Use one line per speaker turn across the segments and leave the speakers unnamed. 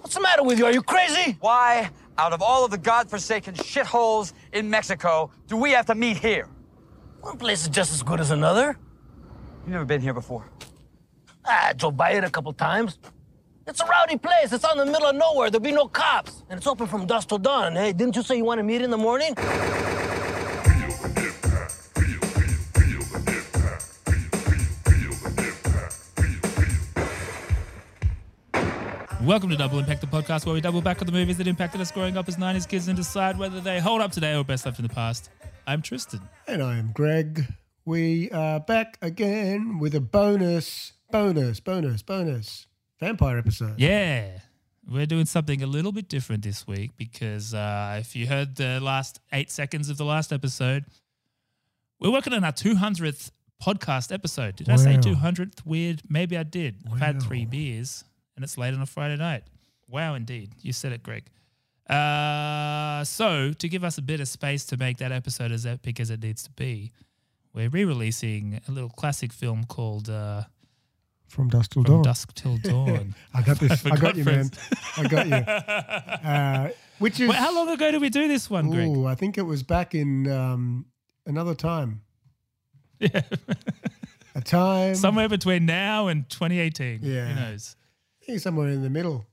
What's the matter with you? Are you crazy?
Why, out of all of the godforsaken shitholes in Mexico, do we have to meet here?
One place is just as good as another.
You've never been here before.
Ah, I drove by it a couple times. It's a rowdy place. It's out in the middle of nowhere. There'll be no cops. And it's open from dusk till dawn. Hey, didn't you say you want to meet in the morning?
Welcome to Double Impact, the podcast where we double back on the movies that impacted us growing up as 90s kids and decide whether they hold up today or best left in the past. I'm Tristan.
And I am Greg. We are back again with a bonus, bonus, bonus, bonus vampire episode.
Yeah, we're doing something a little bit different this week because uh, if you heard the last eight seconds of the last episode, we're working on our 200th podcast episode. Did I say
Wow.
200th? Weird. Maybe I did. I've had three
Wow.
beers and it's late on a Friday night. Wow, indeed. You said it, Greg. Uh, so, to give us a bit of space to make that episode as epic as it needs to be, we're re releasing a little classic film called uh,
From Dusk Till
From
Dawn.
Dusk Till Dawn.
I got this. I,
forgot
got you, man. I got you. Uh, which is.
Wait, how long ago did we do this one, Greg?
Ooh, I think it was back in um, another time.
Yeah.
A time.
Somewhere between now and 2018.
Yeah.
Who knows?
I think somewhere in the middle.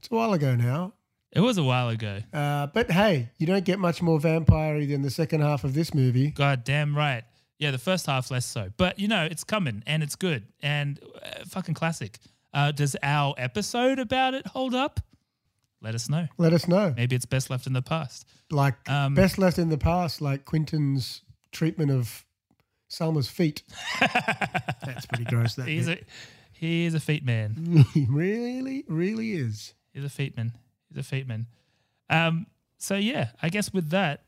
It's a while ago now.
It was a while ago.
Uh, but hey, you don't get much more vampire than the second half of this movie.
God damn right. Yeah, the first half less so. But, you know, it's coming and it's good and uh, fucking classic. Uh, does our episode about it hold up? Let us know.
Let us know.
Maybe it's best left in the past.
Like
Um,
best left in the past, like Quentin's treatment of Salma's feet. That's pretty gross. That
He's
bit.
a, he is a feet man.
he really, really is.
He's a feetman. He's a feetman. Um, so yeah, I guess with that,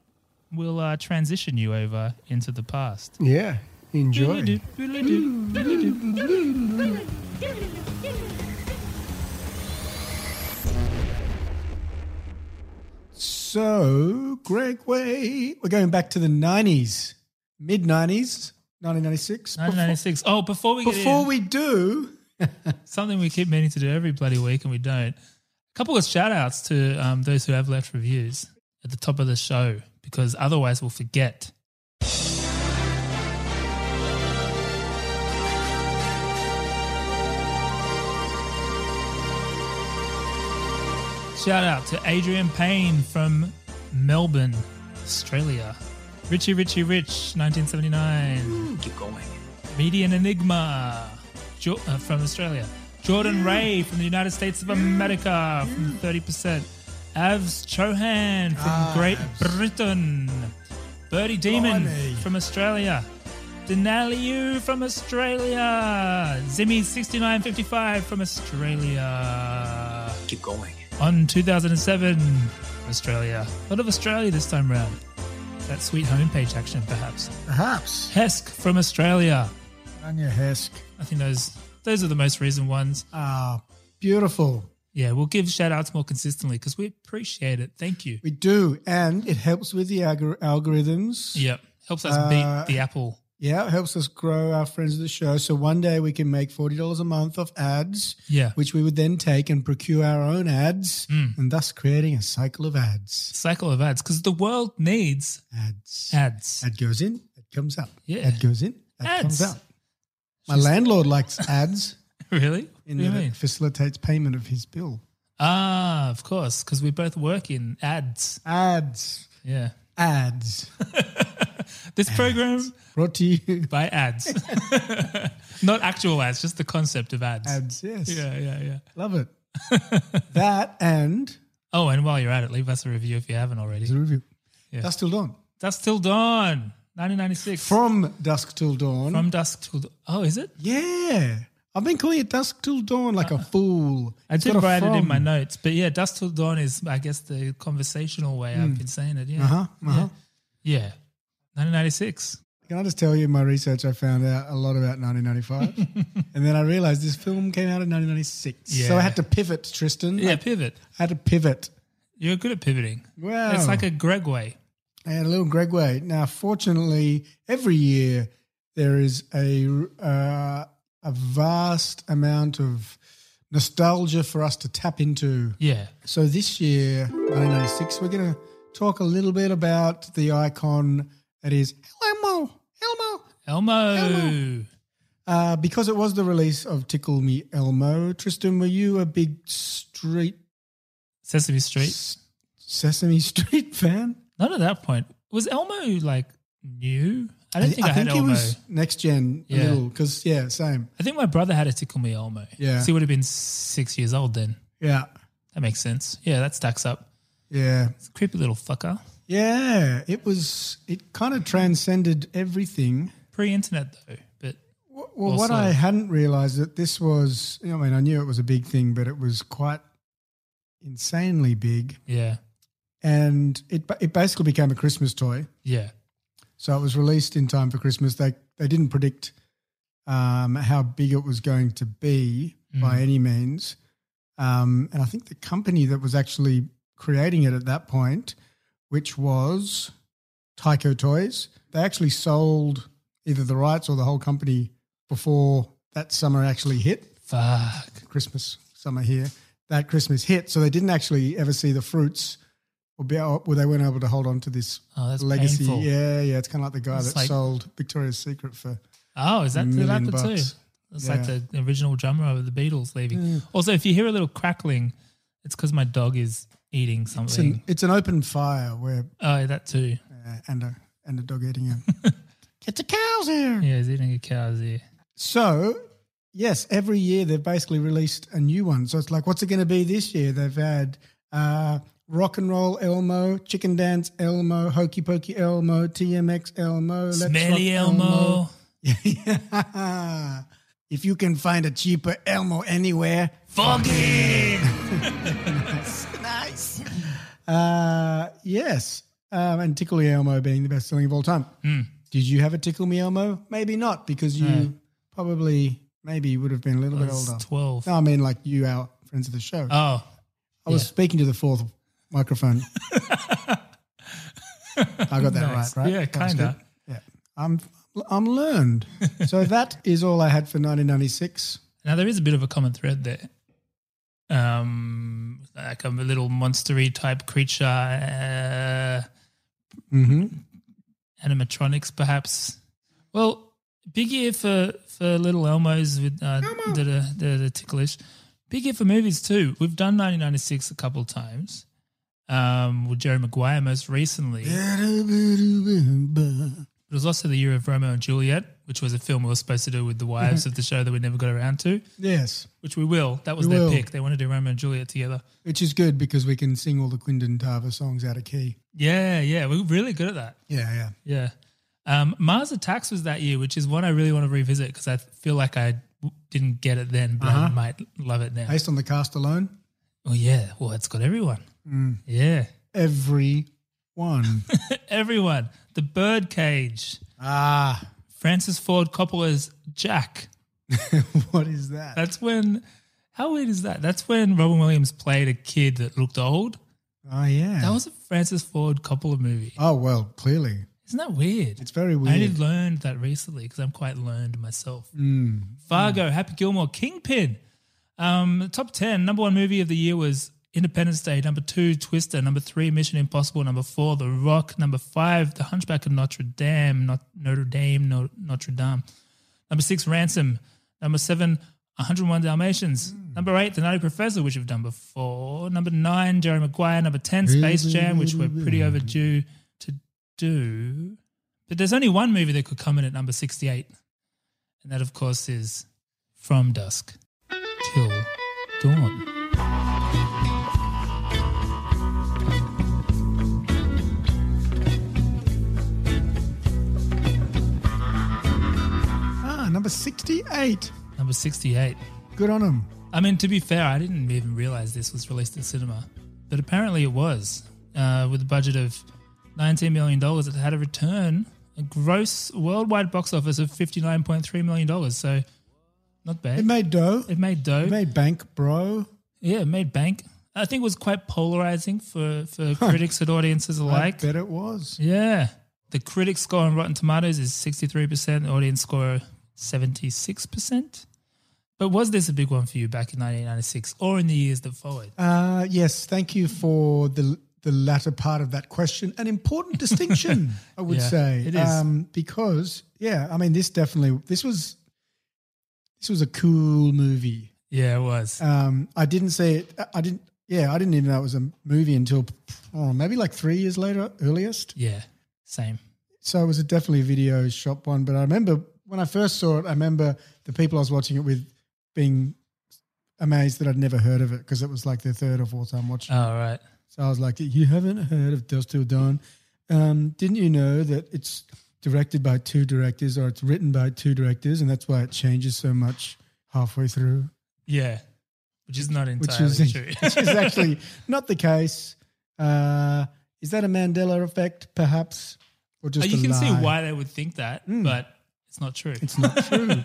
we'll uh, transition you over into the past.
Yeah. Enjoy.
So, Greg Way, we're going back to the 90s, mid 90s, 1996.
1996. Oh, before we get
Before
in,
we do,
something we keep meaning to do every bloody week and we don't. A couple of shout outs to um, those who have left reviews at the top of the show because otherwise we'll forget. Shout out to Adrian Payne from Melbourne, Australia. Richie Richie Rich, 1979.
Keep going.
Median Enigma jo- uh, from Australia. Jordan Ray from the United States of America from 30%. Avs Chohan from Great Britain. Birdie Demon
Blimey.
from Australia. Denaliu from Australia. Zimmy6955 from Australia.
Keep going.
On 2007, Australia. A lot of Australia this time round. That sweet homepage action, perhaps.
perhaps,
Hesk from Australia.
Anya Hesk.
I think those those are the most recent ones.
Ah, beautiful.
Yeah, we'll give shout outs more consistently because we appreciate it. Thank you.
We do. And it helps with the algor- algorithms.
Yep. Helps us
Uh,
beat the Apple.
Yeah, it helps us grow our friends of the show. So one day we can make $40 a month off ads,
Yeah.
which we would then take and procure our own ads
Mm.
and thus creating a cycle of ads.
Cycle of ads because the world needs
Ads.
ads.
Ad goes in, ad comes out.
Yeah.
Ad goes in, ad
Ads.
comes out. My landlord likes ads
Really? What
in
do you
that
mean?
it facilitates payment of his bill.
Ah, of course, because we both work in ads.
Ads.
Yeah.
Ads.
this program
Brought to you.
by ads, not actual ads, just the concept of ads.
Ads, yes.
Yeah, yeah, yeah.
Love it. that and
Oh, and while you're at it, leave us a review if you haven't already.
the review.
Yeah.
Dusk Till Dawn.
Dusk Till Dawn, 1996.
From Dusk Till Dawn.
From Dusk Till Dawn. Oh, is it?
yeah. I've been calling it Dusk Till Dawn like a fool.
Uh-uh. I
It's
did
got a
write it in
from.
my notes, but yeah, Dust Till Dawn is, I guess, the conversational way I've been saying it. Yeah.
Uh-huh, uh-huh.
Yeah. yeah. 1996.
Can I just tell you, in my research, I found out a lot about 1995. and then I realized this film came out in 1996. So
Yeah.
I had to pivot, Tristan.
Yeah,
I
pivot.
had to pivot.
You're good at pivoting.
Wow.
It's like a Greg way.
And a little Greg Way. Now, fortunately, every year there is a uh, a vast amount of nostalgia for us to tap into.
Yeah.
So this year, 1996, we're going to talk a little bit about the icon that is Elmo. Elmo.
Elmo.
Elmo. Uh, because it was the release of Tickle Me Elmo, Tristan, were you a big street
Sesame Street.
Sesame Street fan?
Not at that point. Was Elmo like new? I don't think I, had
it
Elmo.
was next gen a
Yeah.
little because yeah, same.
I think my brother had a Tickle Me Elmo.
Yeah.
So he would have been six years old then.
Yeah,
That makes sense. Yeah, that stacks up.
yeah,
It's a creepy little fucker.
yeah. It was. It kind of transcended everything.
Pre internet though, but
Well, well what
Also-
I hadn't realized that this was. I mean, I knew it was a big thing, but it was quite insanely big,
yeah.
and it ba- it basically became a Christmas toy.
Yeah.
So it was released in time for Christmas. They they didn't predict um, how big it was going to be by any means. Um, and I think the company that was actually creating it at that point, which was Tyco Toys, they actually sold either the rights or the whole company before that summer actually hit.
Fuck.
Christmas summer here. That Christmas hit, so they didn't actually ever see the fruits, or be or they weren't able to hold on to this
Oh, that's
legacy.
painful.
Yeah, yeah, it's kind of like the guy
It's
that
like-
sold Victoria's Secret for.
Oh, is that that
Million
happened too?
bucks. Mm.
It's like the original drummer of the Beatles leaving. Also, if you hear a little crackling, it's because my dog is eating
It's
something.
an, it's an open fire where
oh, that too.
uh, and a and a dog eating him. it's a cow's ear.
Yeah, he's eating a cow's ear.
So, yes, every year they've basically released a new one. So it's like, what's it going to be this year? They've had uh, Rock and Roll Elmo, Chicken Dance Elmo, Hokey Pokey Elmo, TMX Elmo, Let's
Smelly
Rock
Elmo.
Elmo. if you can find a cheaper Elmo anywhere,
Fuck him.
nice. Uh, yes. Um, and Tickle Me Elmo being the best selling of all time.
Hmm.
Did you have a Tickle Me Elmo? Maybe not, because you probably, maybe would have been a little
I
bit
was
older.
12.
No, I mean like you, our friends of the show.
Oh,
I was
yeah.
speaking to the fourth microphone. I got that
Nice.
right, right?
Yeah,
That was
kinda.
good. Yeah. I'm, I'm learned. so that is all I had for 1996.
now there is a bit of a common thread there. Um, like a little monstery type creature, uh,
Mm-hmm.
animatronics perhaps. Well, big year for for little Elmos with uh, that are that are ticklish. Big year for movies too. We've done 1996 a couple of times. Um, with Jerry Maguire most recently. It was also the year of Romeo and Juliet, which was a film we were supposed to do with the wives of the show that we never got around to,
Yes.
which we will. That was
We
their
will.
pick. They want to do Romeo and Juliet together.
Which is good because we can sing all the Quindon Tarver songs out of key.
Yeah, yeah. We're really good at that.
Yeah, yeah.
Yeah. Um, Mars Attacks was that year, which is one I really want to revisit because I feel like I w- didn't get it then, but
Uh-huh.
I might love it now.
Based on the cast alone,
oh, yeah. Well, it's got everyone.
Mm.
Yeah.
every one.
Everyone. The Birdcage.
ah,
Francis Ford Coppola's Jack.
what is that?
That's when, how weird is that? That's when Robin Williams played a kid that looked old.
oh, yeah.
That was a Francis Ford Coppola movie.
oh, well, clearly.
Isn't that weird?
It's very
I only
weird. Hmm.
learned that recently because I'm quite learned myself. Fargo, Happy Gilmore, Kingpin. Um, top 10, number one movie of the year was Independence Day. Number two, Twister. Number three, Mission Impossible. Number four, The Rock. Number five, The Hunchback of Notre Dame. Not Notre Dame, no, Notre Dame. Number six, Ransom. Number seven, 101 Dalmatians. Number eight, The Nutty Professor, which we've done before. Number nine, Jerry Maguire. Number 10, Space Jam, which we're pretty overdue to do. But there's only one movie that could come in at number 68, and that, of course, is From Dusk Till Dawn.
ah, number 68.
Number 68.
Good on him.
I mean, to be fair, I didn't even realize this was released in cinema, but apparently it was. Uh, with a budget of $19 million, it had a return, a gross worldwide box office of $59.3 million. So, not bad.
It made dough.
it made dough.
It made bank, bro.
yeah, it made bank. I think it was quite polarizing for, for critics and audiences alike.
I bet it was.
Yeah. The critic score on Rotten Tomatoes is 63%, the audience score 76%. But was this a big one for you back in 1996 or in the years that followed?
Uh, yes, thank you for the the latter part of that question. An important distinction, I would
Yeah,
say, um,
it is.
because yeah, I mean, this definitely this was this was a cool movie.
yeah, it was.
Um, I didn't see it. I- I didn't. Yeah, I didn't even know it was a movie until oh, maybe like three years later, earliest.
yeah, same.
So it was a definitely a video shop one. But I remember when I first saw it, I remember the people I was watching it with being amazed that I'd never heard of it because it was like their third or fourth time watching. it.
All right.
So I was like, "You haven't heard of Dust Till Dawn? Um, didn't you know that it's directed by two directors or it's written by two directors, and that's why it changes so much halfway through?"
Yeah, which is not
which
entirely
is,
true.
which is actually not the case. Uh, is that a Mandela effect, perhaps, or just
Uh, you
a
can see
lie? Hmm.
why they would think that, but it's not true.
It's not true.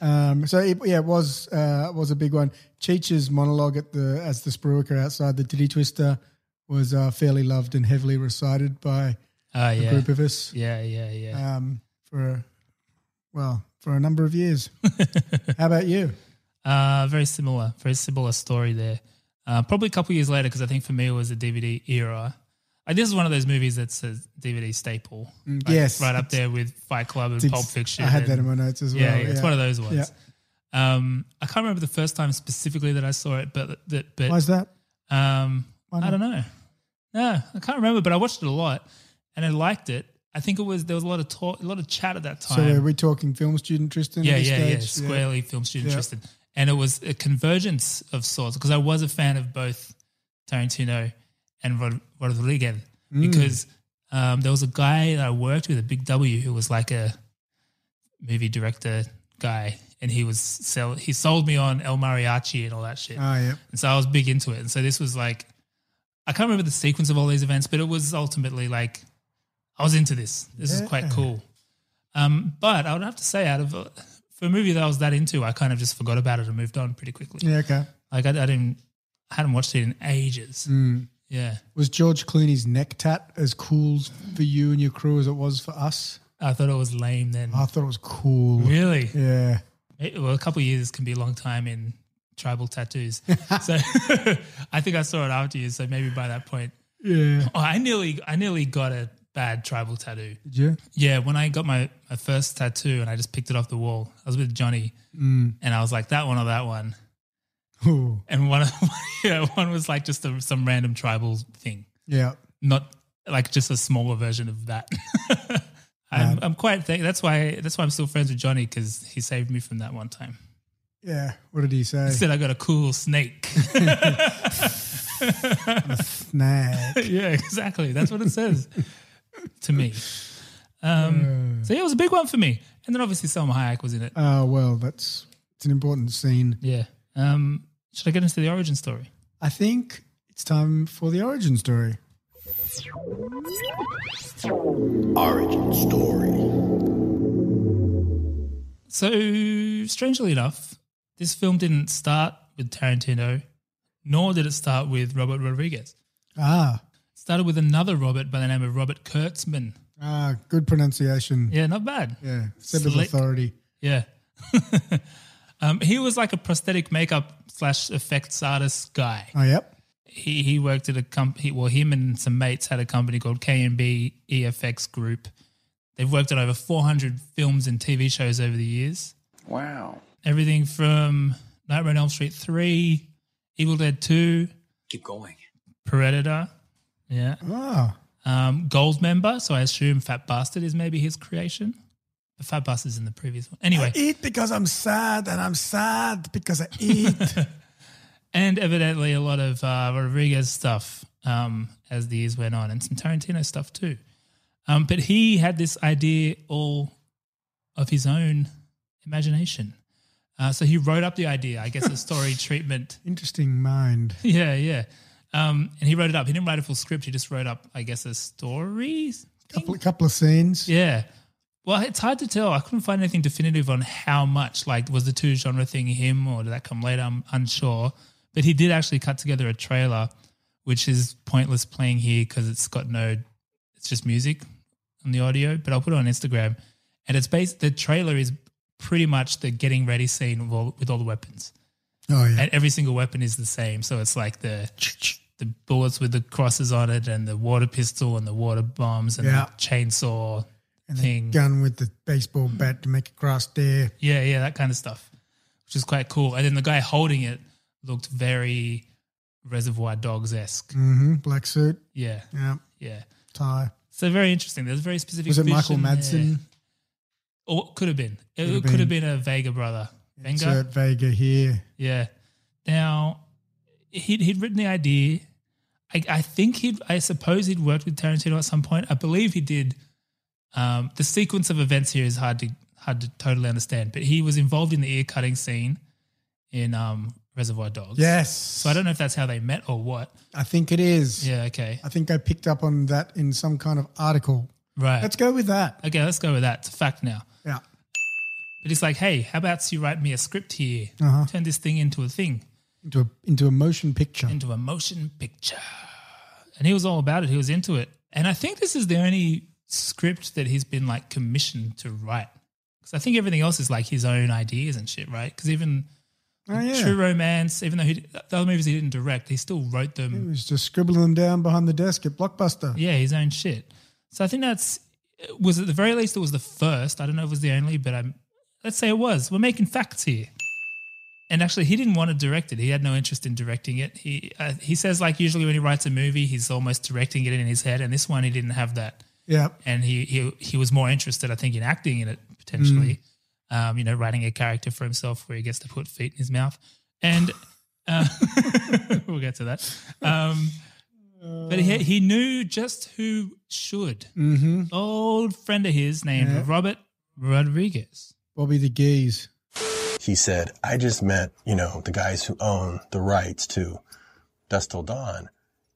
um, so it, yeah, it was uh, it was a big one. Cheech's monologue at the as the Spruiker outside the Titty Twister was uh, fairly loved and heavily recited by
Oh
a
yeah.
group of us
yeah, yeah, yeah.
um, for well for a number of years. How about you?
Uh, very similar, very similar story there. Uh, probably a couple years later, because I think for me it was a DVD era. Uh, this is one of those movies that's a DVD staple. Like,
Mm, yes.
right up there with Fight Club and
It's-
Pulp Fiction.
I had that
and-
in my notes as well.
yeah, it's one of those
Yeah.
ones. Um, I can't remember the first time specifically that I saw it, but that, but
Why is that?
Um,
Why
I don't know. No, I can't remember, but I watched it a lot and I liked it. I think it was there was a lot of talk, a lot of chat at that time.
So are we talking film student Tristan? at
yeah,
this
yeah, yeah,
stage?
squarely film student
Yeah.
Tristan, and it was a convergence of sorts because I was a fan of both Tarantino and Rod- Rodriguez
Mm.
because um, there was a guy that I worked with, a big W, who was like a movie director guy, and he was sell he sold me on El Mariachi and all that shit.
Ah, yeah.
And so I was big into it. And so this was like, I can't remember the sequence of all these events, but it was ultimately like, I was into this. This is quite cool. Um, but I would have to say, out of uh, for a movie that I was that into, I kind of just forgot about it and moved on pretty quickly.
Yeah, okay.
Like I, I didn't, I hadn't watched it in ages. Yeah,
Was George Clooney's neck tat as cool for you and your crew as it was for us?
I thought it was lame then.
I thought it was cool.
Really?
Yeah.
It- well, a couple of years can be a long time in tribal tattoos. so I think I saw it after you. So maybe by that point,
Yeah.
oh, I nearly, I nearly got a bad tribal tattoo.
Did you?
Yeah, when I got my, my first tattoo and I just picked it off the wall, I was with Johnny and I was like, that one or that one.
Ooh.
And one, of, yeah, one was like just a, some random tribal thing,
Yeah.
not like just a smaller version of that. I'm, I'm quite thank- that's why that's why I'm still friends with Johnny because he saved me from that one time.
Yeah. What did he say?
He said I got a cool snake.
Snack.
yeah, exactly. That's what it says to me. Um, So yeah, it was a big one for me. And then obviously Selma Hayek was in it.
Oh, well, that's it's an important scene.
Yeah. Um, should I get into the origin story?
I think it's time for the origin story.
Origin story.
So, strangely enough, this film didn't start with Tarantino, nor did it start with Robert Rodriguez.
Ah.
It started with another Robert by the name of Robert Kurtzman.
Ah, good pronunciation.
Yeah, not bad.
Yeah. Said with
Slick.
authority.
Yeah. um, he was like a prosthetic makeup slash effects artist guy.
Oh, yep.
he he worked at a company. Well, him and some mates had a company called K and B EFX Group. They've worked on over 400 films and TV shows over the years.
Wow.
Everything from Nightmare on Elm Street 3, Evil Dead 2,
Keep going.
Predator, yeah,
Ah.
um, Gold Member. So I assume Fat Bastard is maybe his creation. The Fat Bastard's in the previous one. Anyway,
Eat because I'm sad, and I'm sad because I eat.
and evidently a lot of uh, Rodriguez stuff um, as the years went on, and some Tarantino stuff too. Um, but he had this idea all of his own imagination. Uh, so he wrote up the idea, I guess, a story treatment.
Interesting mind.
Yeah, yeah. Um, and he wrote it up. He didn't write a full script. He just wrote up, I guess, a story.
couple, couple of scenes.
Yeah. Well, it's hard to tell. I couldn't find anything definitive on how much. Like, was the two genre thing him or did that come later? I'm unsure. But he did actually cut together a trailer, which is pointless playing here because it's got no, it's just music on the audio. But I'll put it on Instagram. And it's based, the trailer is pretty much the getting ready scene with all, with all the weapons.
Oh yeah.
And every single weapon is the same. So it's like the the bullets with the crosses on it, and the water pistol, and the water bombs, and
Yeah.
the chainsaw
and the
thing.
gun with the baseball bat to make a cross there.
Yeah, yeah, that kind of stuff, which is quite cool. And then the guy holding it looked very Reservoir Dogs esque.
hmm Black suit.
Yeah,
Yeah.
yeah.
Tie.
So very interesting. There's very specific.
Was it
fish
Michael
in there.
Madsen?
Or it could have been. It
Could have
could have been. a Vega brother. Venga.
Insert Vega here.
Yeah. Now, he'd, he'd written the idea. I, I think he'd, I suppose he'd worked with Tarantino at some point. I believe he did. Um, the sequence of events here is hard to hard to totally understand, but he was involved in the ear cutting scene in um, Reservoir Dogs.
Yes.
So I don't know if that's how they met or what.
I think it is.
Yeah. Okay.
I think I picked up on that in some kind of article.
Right.
Let's go with that.
okay. Let's go with that. It's a fact now.
Yeah.
But he's like, hey, how about you write me a script here? Turn this thing into a thing.
Into a into a motion picture.
into a motion picture. And he was all about it. He was into it. And I think this is the only script that he's been like commissioned to write. Because I think everything else is like his own ideas and shit, right? Because even
oh
True
yeah.
Romance, even though he, the other movies he didn't direct, he still wrote
He
them.
was just scribbling them down behind the desk at Blockbuster.
Yeah, his own shit. So I think that's, was at the very least, it was the first. I don't know if it was the only, but I'm, let's say it was. We're making facts here. and actually he didn't want to direct it he had no interest in directing it he uh, he says like usually when he writes a movie he's almost directing it in his head and this one he didn't have that
Yeah.
and he he, he was more interested i think in acting in it potentially
Mm.
um, you know writing a character for himself where he gets to put feet in his mouth and uh, we'll get to that um, but he, he knew just who should
Mm-hmm.
old friend of his named
Yeah.
robert rodriguez
Bobby the Geese.
he said, I just met, you know, the guys who own the rights to Dust Till Dawn.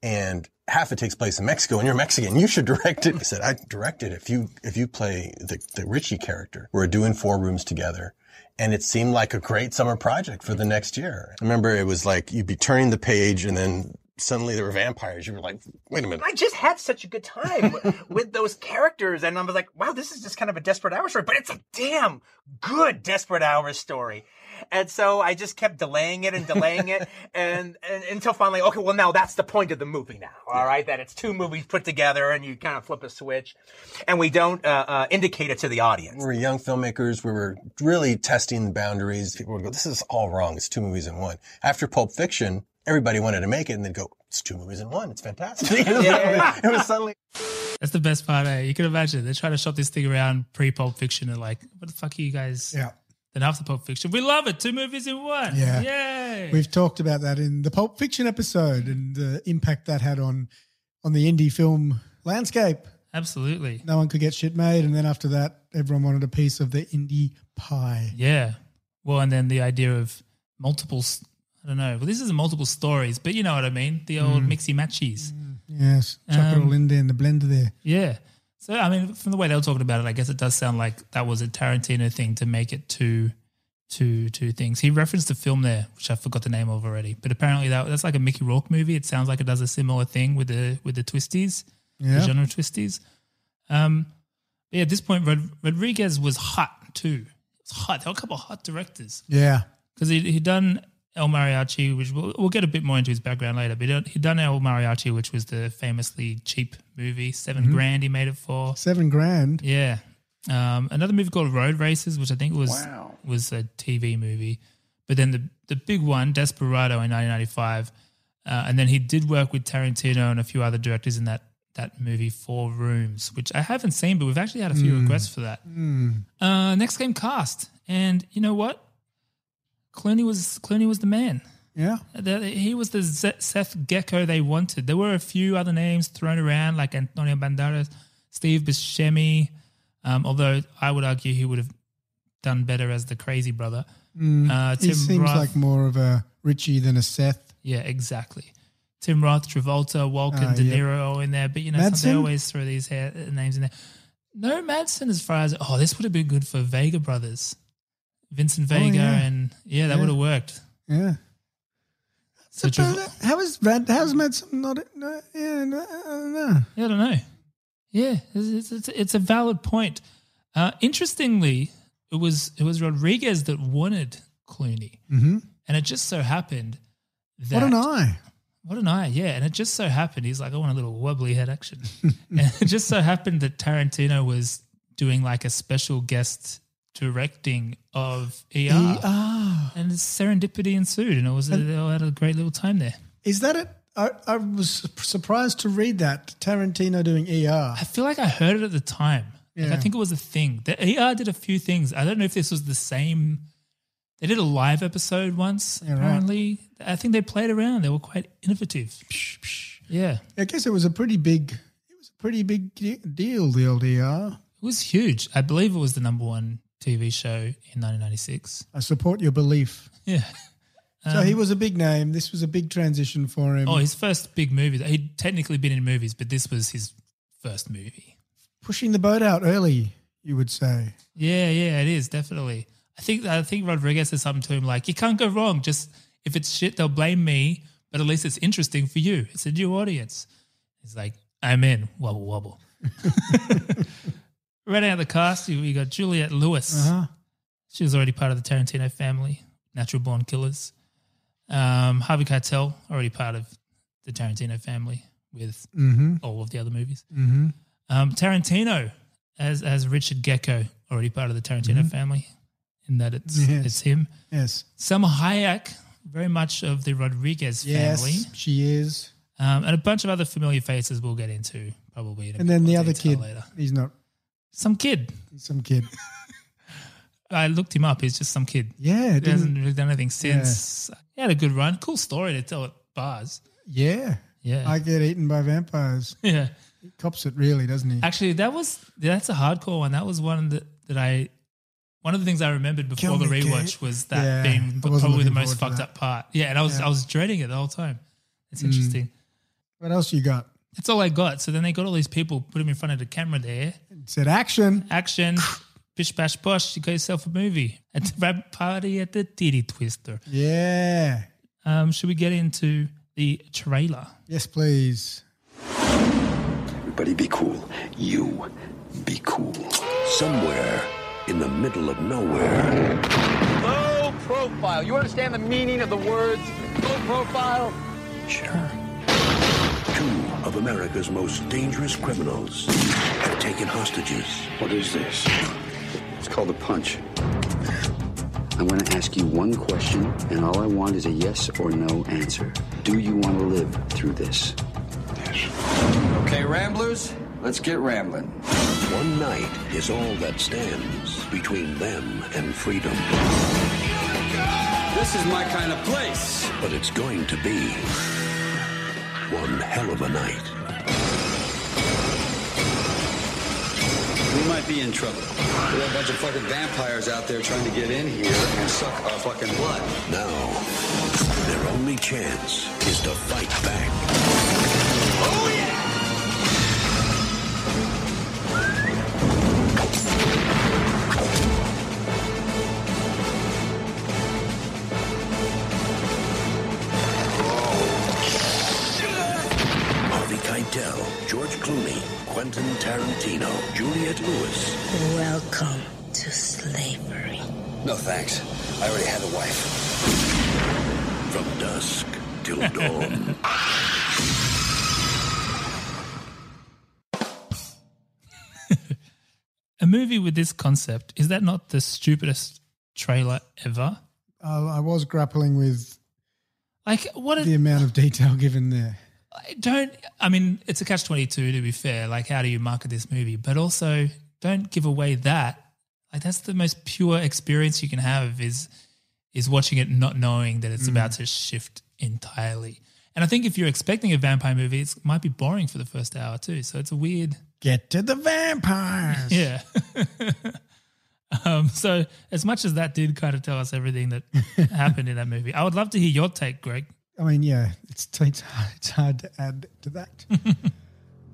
And half it takes place in Mexico and you're Mexican. You should direct it. I said, I directed if you, if you play the, the Richie character. We're doing four rooms together. And it seemed like a great summer project for the next year. I remember it was like you'd be turning the page and then suddenly there were vampires. You were like, wait a minute.
I just had such a good time w- with those characters, and I was like, wow, this is just kind of a Desperate Hours story, but it's a damn good Desperate Hours story. And so I just kept delaying it and delaying it, and, and until finally, okay, well now that's the point of the movie now, all right? That it's two movies put together, and you kind of flip a switch, and we don't uh, uh, indicate it to the audience.
We were young filmmakers. We were really testing the boundaries. People would go, this is all wrong. It's two movies in one. After Pulp Fiction, everybody wanted to make it and they'd go, it's two movies in one. It's fantastic. it was suddenly
That's the best part. Eh? You can imagine they're trying to shop this thing around pre Pulp Fiction and like, what the fuck are you guys?
Yeah.
Then after Pulp Fiction, we love it. Two movies in one.
Yeah.
Yay.
We've talked about that in the Pulp Fiction episode and the impact that had on on the indie film landscape.
Absolutely.
No one could get shit made, and then after that, everyone wanted a piece of the indie pie.
Yeah. Well, and then the idea of multiple, s- I don't know. Well, this is multiple stories, but you know what I mean? The old mixy matchies.
Yes, chuck it all in there in the blender there.
Yeah. So, I mean, from the way they were talking about it, I guess it does sound like that was a Tarantino thing to make it two, two, two things. He referenced a film there, which I forgot the name of already, but apparently that that's like a Mickey Rourke movie. It sounds like it does a similar thing with the with the twisties, the
Yeah.
genre twisties. Um, but yeah, at this point, Rod- Rodriguez was hot too. It's hot. There were a couple of hot directors
Yeah,
because he he'd done El Mariachi, which we'll, we'll get a bit more into his background later. But he'd- he'd done El Mariachi, which was the famously cheap movie, 7 grand he made it for.
seven grand.
Yeah, um, another movie called Road Races, which I think was was a TV movie. But then the the big one, Desperado, in 1995, uh, and then he did work with Tarantino and a few other directors in that that movie Four Rooms, which I haven't seen, but we've actually had a few requests for that. Uh, next game cast, and you know what? Clooney was Clooney was the man.
Yeah,
The- He was the Z- Seth Gecko they wanted. There were a few other names thrown around, like Antonio Banderas, Steve Buscemi. Um, although I would argue he would have done better as the crazy brother. Uh,
Mm, he
Tim
seems
Roth.
like more of a Richie than a Seth.
yeah, exactly. Tim Roth, Travolta, Walken,
Ah,
De
yeah.
Niro all in there. But you know, some-
Madsen?
they always throw these hair, uh, names in there. No Madsen, as far as oh, this would have been good for Vega brothers, Vincent Vega,
Oh, yeah.
and yeah, that
Yeah.
would have worked.
Yeah.
So Trav-
how is Rad? How's Madsen not? No, yeah, no, I don't know.
Yeah, I don't know. Yeah, it's, it's, it's, it's a valid point. Uh, interestingly, it was it was Rodriguez that wanted Clooney,
Mm-hmm.
and it just so happened that
What an eye.
what an eye, yeah. And it just so happened he's like, I want a little wobbly head action, and it just so happened that Tarantino was doing like a special guest directing of ER,
Ah.
and serendipity ensued, and it was they all had a great little time there.
Is that it? I, I was surprised to read that Tarantino doing ER.
I feel like I heard it at the time. Like, I
Yeah.
think it was a thing. The ER did a few things. I don't know if this was the same. They did a live episode once,
right.
apparently. I think they played around. They were quite innovative. Yeah.
I guess it was a pretty big, it was a pretty big de- deal. The old ER.
It was huge. I believe it was the number one TV show in 1996.
I support your belief.
Yeah.
so he was a big name. This was a big transition for him.
Oh, his first big movie. He'd technically been in movies, but this was his first movie.
Pushing the boat out early, you would say.
Yeah, yeah, it is definitely. I think I think Rodriguez said something to him like, "You can't go wrong. Just if it's shit, they'll blame me, but at least it's interesting for you. It's a new audience." He's like, "I'm in." Wobble wobble. right out of the cast, you, you got Juliette Lewis.
Uh-huh.
She was already part of the Tarantino family, Natural Born Killers. Um, Harvey Keitel already part of the Tarantino family with
Mm-hmm.
all of the other movies.
Mm-hmm.
Um, Tarantino as as Richard Gecko, already part of the Tarantino family, in that it's
Mm-hmm. Yes.
it's him.
Yes.
Selma Hayek, very much of the Rodriguez
Yes.
family,
She is.
um, and a bunch of other familiar faces we'll get into probably. In a
And
bit
then
more
the other
detail
kid.
later.
He's not.
some kid.
He's some kid.
I looked him up. He's just some kid.
Yeah.
He hasn't
Didn't,
really done anything since. He had a good run. Cool story to tell at bars.
yeah.
Yeah,
I get eaten by vampires.
yeah.
He cops it really, doesn't he?
Actually, that was that's a hardcore one. That was one that, that I one of the things I remembered before
Kill
the
me,
rewatch
Kate.
was that
Yeah,
being
I
probably
wasn't
the
looking
most
forward
fucked
to that.
up part. Yeah, and I was I was dreading it the whole time. It's
Mm.
interesting.
What else you got?
That's all I got. So then they got all these people, put them in front of the camera there.
It said action.
Action, bish bash bosh, you got yourself a movie. At the rap party at the Diddy Twister.
Yeah.
Um, should we get into the trailer?
Yes, please.
Everybody be cool. You be cool. Somewhere in the middle of nowhere,
Low profile. You understand the meaning of the words low profile?
sure. Two of America's most dangerous criminals have taken hostages. What is this?
It's called a punch. I'm going to ask you one question, and all I want is a yes or no answer. Do you want to live through this?
Okay, Ramblers, let's get rambling.
One night is all that stands between them and freedom.
This is my kind of place.
But it's going to be one hell of a night.
We might be in trouble. There are a bunch of fucking vampires out there trying to get in here and suck our fucking blood.
Now, their only chance is to fight back. Harvey Keitel, George Clooney, Quentin Tarantino, Juliette Lewis.
Welcome to slavery.
No thanks. I already have a wife.
From dusk till dawn.
A movie with this concept, is that not the stupidest trailer ever?
Uh, I, I was grappling with
Like what a
the amount of detail given there.
I don't i mean it's a catch 22 to be fair like how do you market this movie but also don't give away that like that's the most pure experience you can have is is watching it not knowing that it's about to shift entirely and i think if you're expecting a vampire movie it might be boring for the first hour too so it's a weird
Get to the vampires.
yeah um, so as much as that did kind of tell us everything that happened in that movie i would love to hear your take greg
I mean, yeah, it's it's hard, it's hard to add to that.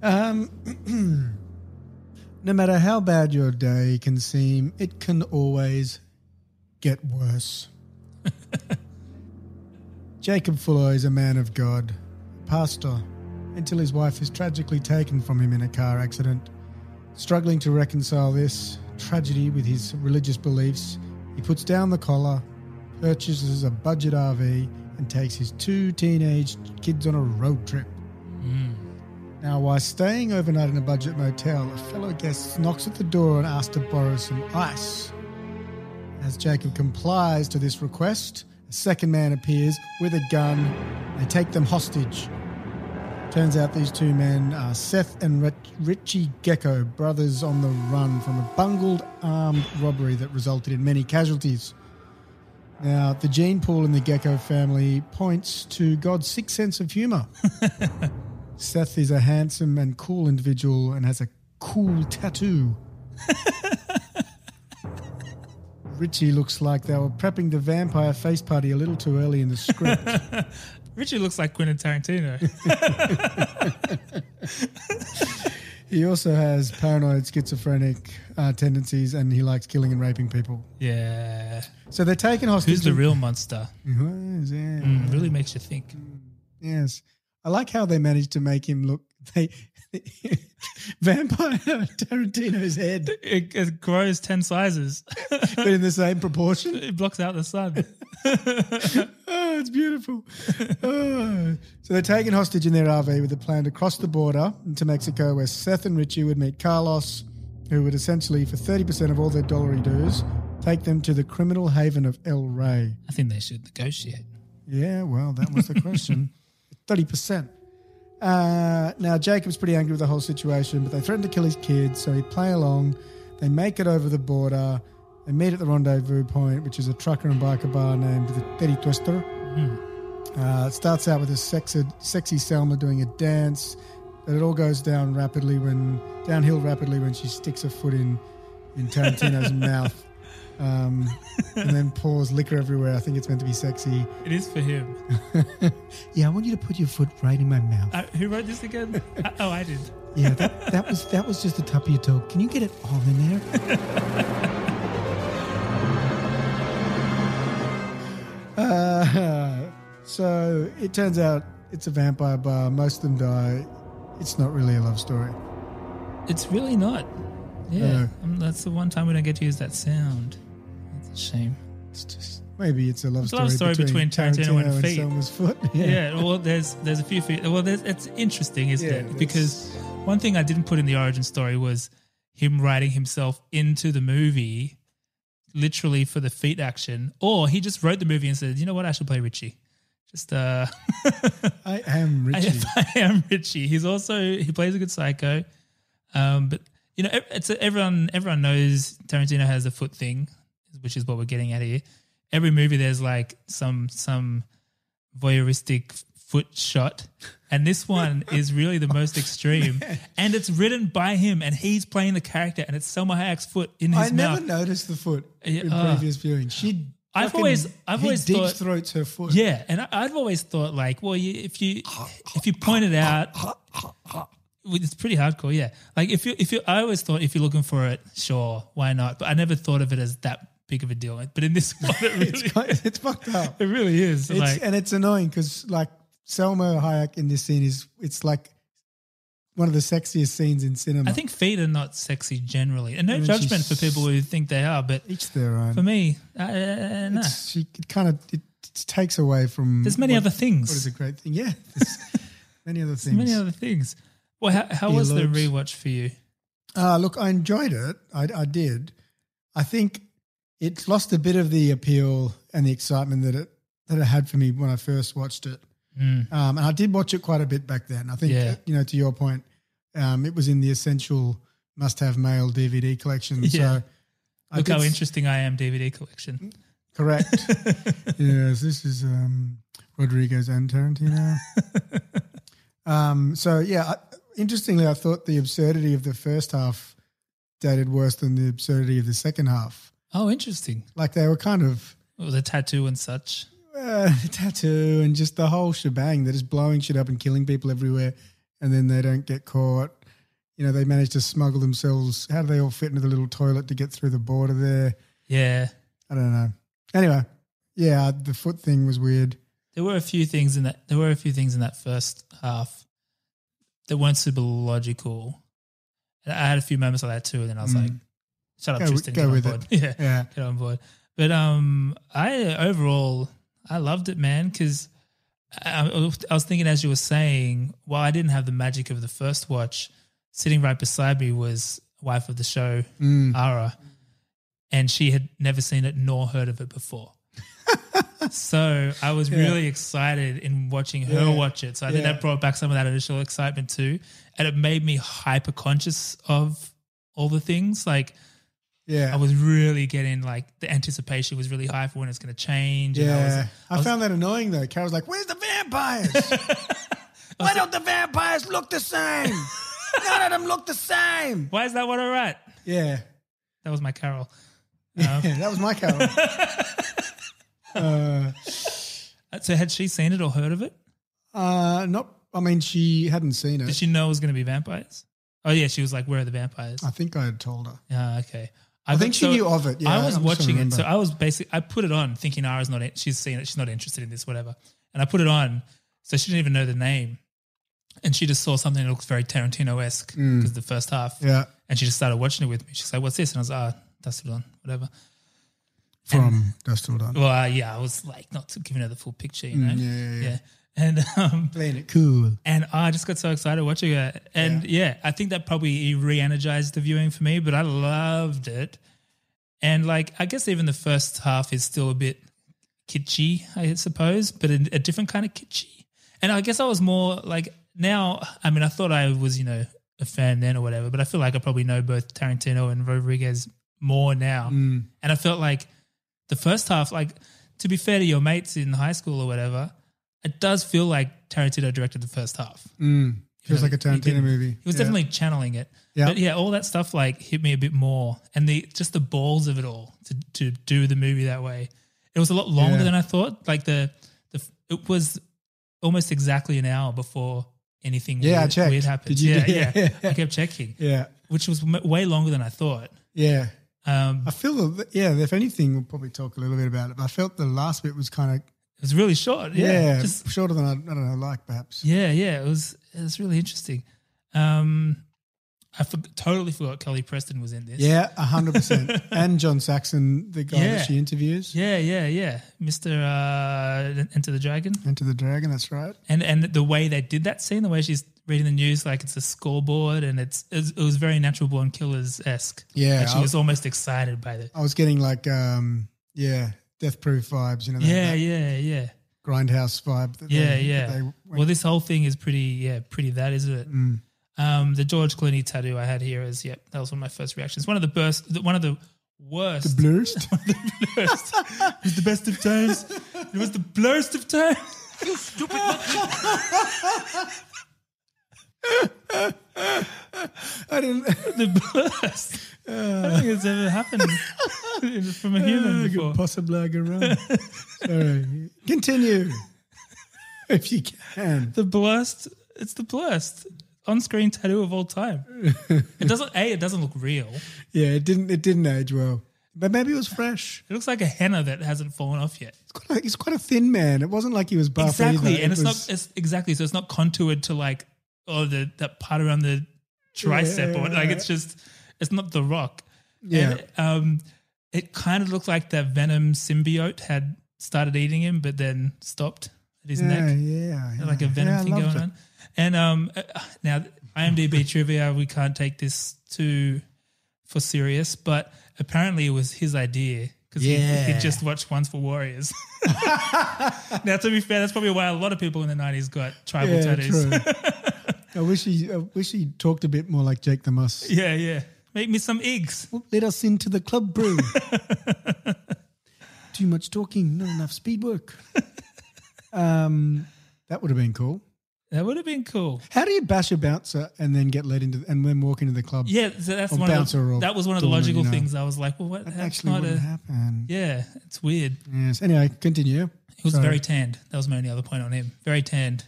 um, no matter how bad your day can seem, it can always get worse. Jacob Fuller is a man of God, pastor, until his wife is tragically taken from him in a car accident. Struggling to reconcile this, tragedy with his religious beliefs, he puts down the collar, purchases a budget RV, and takes his two teenage kids on a road trip. Now, while staying overnight in a budget motel, a fellow guest knocks at the door and asks to borrow some ice. As Jacob complies to this request, a second man appears with a gun. They take them hostage. Turns out these two men are Seth and Rich- Richie Gecko, brothers on the run from a bungled armed robbery that resulted in many casualties. Now, the gene pool in the Gecko family points to God's sixth sense of humor. Seth is a handsome and cool individual and has a cool tattoo. Richie looks like they were prepping the vampire face party a little too early in the script.
Richie looks like Quentin Tarantino.
he also has paranoid, schizophrenic uh, tendencies, and he likes killing and raping people.
yeah.
So they're taken hostage.
Who's the real monster?
Who's- yeah.
Mm, really makes you think.
Yes. I like how they managed to make him look they vampire Tarantino's head,
It, it grows 10 sizes,
but in the same proportion.
it blocks out the sun.
Oh, it's beautiful. Oh. So they're taken hostage in their RV with a plan to cross the border into Mexico, where Seth and Richie would meet Carlos, who would essentially, for 30% of all their dollary dues, take them to the criminal haven of El Rey.
I think they should negotiate.
Yeah, well, that was the question. 30%. Uh, now, Jacob's pretty angry with the whole situation, but they threaten to kill his kids, so he'd play along. They make it over the border. They meet at the rendezvous point, which is a trucker and biker bar named the Teddy Twister. Uh, it starts out with a sexy, sexy Selma doing a dance, but it all goes down rapidly when downhill rapidly when she sticks her foot in in Tarantino's mouth, um, and then pours liquor everywhere. I think it's meant to be sexy.
It is for him.
Yeah, I want you to put your foot right in my mouth.
Uh, who wrote this again? Uh, oh, I did.
Yeah, that, that was that was just the top of your toe. Can you get it all in there? uh, so it turns out it's a vampire bar. Most of them die. It's not really a love story.
It's really not. Yeah.
No.
Um, that's the one time we don't get to use that sound. That's a shame.
It's just maybe it's a love,
It's a
story,
love story between Tarantino and Feet.
Selma's foot.
Yeah. well, there's there's a few. fe- Well, there's, it's interesting, isn't
Yeah,
it? Because one thing I didn't put in the origin story was him writing himself into the movie, literally for the feet action, or he just wrote the movie and said, "You know what? I should play Richie." Just uh,
I am Richie.
I, I am Richie. He's also he plays a good psycho, um, but you know ev- it's a, everyone everyone knows Tarantino has a foot thing, which is what we're getting at here. Every movie there's like some some voyeuristic foot shot, and this one is really the most
Oh,
extreme. And it's written by him, and he's playing the character, and it's Selma Hayek's foot in
I
his
never
mouth.
noticed the foot
Yeah,
in
uh,
previous viewings. She,
I've
fucking-
always- I've
he
always
deep
thought-
throats her foot.
Yeah, and I, I've always thought like, well, you, if you if you point it out, well, it's pretty hardcore. Yeah, like if you if you, I always thought if you're looking for it, sure, why not? But I never thought of it as that big of a deal. But in this one, it really,
it's, quite- it's fucked up.
it really is.
It's,
like,
and it's annoying because like Selma Hayek in this scene is it's like one of the sexiest scenes in cinema.
I think feet are not sexy generally, and no
And she's-
judgment for people who think they are. But
each their own.
for me, uh, uh, nah.
it's, she kind of it, it takes away from.
there's many
what-
other things.
What is a great thing? Yeah, there's many other things.
many other things. Well, how, how was the
Earlobes.
rewatch for you?
Uh, look, I enjoyed it. I, I did. I think it lost a bit of the appeal and the excitement that it that it had for me when I first watched it. Um, and I did watch it quite a bit back then. I think
Hmm. Yeah.
uh, you know, to your point, um, it was in the essential must-have male DVD collection.
Yeah.
So I
Look
did
how
s-
interesting I am DVD collection.
Correct. yes, this is um, Rodriguez and Tarantino. um, so, yeah, I, interestingly, I thought the absurdity of the first half dated worse than the absurdity of the second half.
Oh, interesting.
Like they were kind of
Well, the tattoo and such.
uh, tattoo and just the whole shebang. They're just blowing shit up and killing people everywhere, and then they don't get caught. You know, they manage to smuggle themselves. How do they all fit into the little toilet to get through the border there?
Yeah.
I don't know. Anyway, yeah, the foot thing was weird.
There were a few things in that there were a few things in that first half that weren't super logical. And I had a few moments like that too, and then I was like, Shut up,
Mm. Go-
Tristan.
go
get on
with
board.
it.
Yeah,
Yeah.
get on board. But um, I overall I loved it, man, because I, I was thinking as you were saying, while I didn't have the magic of the first watch, sitting right beside me was wife of the show,
Mm.
Ara, and she had never seen it nor heard of it before. so I was
Yeah.
really excited in watching her
Yeah.
watch it. So I think
Yeah.
that brought back some of that initial excitement too, and it made me hyper conscious of all the things like.
Yeah.
I was really getting like the anticipation was really high for when it's going to change. and I was-
Yeah. I,
I was-
found that annoying though. Carol's like, where's the vampires? Why don't the vampires look the same? None of them look the same.
Why is that what I write?
Yeah.
That was my carol.
Yeah, that was my Carol. uh,
So had she seen it or heard of it?
uh, not, I mean, she hadn't seen
Did
it.
she know it was going to be vampires? Oh yeah, she was like, "Where are the vampires?"
I think I had told her.
Yeah, okay.
I think
got-
she knew of it. Yeah,
I was
I'm just
watching
trying
it,
to
so
remember.
I was basically I put it on thinking Ara's not in- she's seen it, she's not interested in this, whatever. And I put it on, so she didn't even know the name, and she just saw something that looks very Tarantino esque
Mm.
because the first half,
Yeah.
And she just started watching it with me. She's like, "What's this?" And I was like, "Ah, Dust It On, whatever."
From Dust Till Dawn.
Well, uh, yeah, I was like not giving her the full picture, you know.
Mm, yeah, yeah, yeah.
And um,
Playing it cool.
and I just got so excited watching it. And yeah, I think that probably re energized the viewing for me, but I loved it. And like, I guess even the first half is still a bit kitschy, I suppose, but a, a different kind of kitschy. And I guess I was more like, now, I mean, I thought I was, you know, a fan then or whatever, but I feel like I probably know both Tarantino and Rodriguez more now.
Mm.
And I felt like the first half, like to be fair to your mates in high school or whatever, it does feel like Tarantino directed the first half.
Mm.
You
Feels
know,
like a
he
Tarantino
didn't-
movie.
He was
Yeah.
definitely channeling it.
Yeah.
But yeah, all that stuff like hit me a bit more, and the just the balls of it all to to do the movie that way. It was a lot longer
Yeah.
than I thought. Like the the it was almost exactly an hour before anything
Yeah, I
weird,
checked.
weird happened.
Did you-
yeah,
yeah,
yeah,
yeah.
I kept checking,
Yeah.
which was m- way longer than I thought.
Yeah.
Um,
I feel that, yeah, if anything, we'll probably talk a little bit about it. But I felt the last bit was kind of,
it was really short. Yeah,
yeah,
Just-
shorter than I, I don't know, like perhaps.
yeah, yeah. It was it was really interesting. Um, I for- totally forgot Kelly Preston was in this.
Yeah, hundred percent. And John Saxon, the guy
Yeah.
that she interviews,
Yeah, yeah, yeah. Mr. Uh, Enter the Dragon.
Enter the Dragon. That's right.
And and the way they did that scene, the way she's reading the news, like it's a scoreboard and it's it was, it was very natural born killers esque.
Yeah,
Like she
I-
was almost excited by the
I was getting like, um, yeah, Death Proof vibes. You know, that,
Yeah,
that
yeah, yeah.
grindhouse vibe. That
Yeah,
they,
yeah.
That they went,
well, this whole thing is pretty, yeah, pretty that, isn't it?
Mm.
Um, the George Clooney tattoo I had here is, yep, that was one of my first reactions. One of the burst, the- one of the
the
worst.
blurst.
blurst. it was the best of times. It was the blurst of times.
You stupid monkey.
I didn't.
the blurst. I don't think it's ever happened from a human
I could
before.
possibly I could run. Sorry. Continue if you can.
The blurst. It's the blurst on-screen tattoo of all time. It doesn't. A. It doesn't look real.
Yeah, it didn't. It didn't age well, but maybe it was fresh.
It looks like a henna that hasn't fallen off yet.
It's quite a, he's quite a thin man. It wasn't like he was buff
exactly,
either.
and
It
it's
was-
not. It's exactly. So it's not contoured to like oh the that part around the tricep or like it's just it's not the rock.
Yeah.
And, um, it kind of looked like that venom symbiote had started eating him, but then stopped at his
yeah,
neck.
Yeah, yeah,
like a venom
Yeah, I
thing
loved
going
it.
on. And um, uh, now IMDb trivia, we can't take this too for serious, but apparently it was his idea because he,
Yeah.
he just watched Once for Warriors. now, to be fair, that's probably why a lot of people in the nineties got tribal
Yeah,
tattoos.
I wish he, I wish he talked a bit more like Jake the Muss.
yeah, yeah. Make me some eggs.
Let us into the club brew. Too much talking, not enough speed work. um, that would have been cool.
That would have been cool.
How do you bash a bouncer and then get led into and then walk into the club?
Yeah, so that's
Or
one. Of
bouncer
the,
or
that was one of the
doorman,
logical
you know.
things. I was like, well, what?
that
that's
actually
not
wouldn't
a-
happen.
Yeah, it's weird.
Yes. Anyway, continue.
He was
Sorry.
very tanned. That was my only other point on him. Very tanned.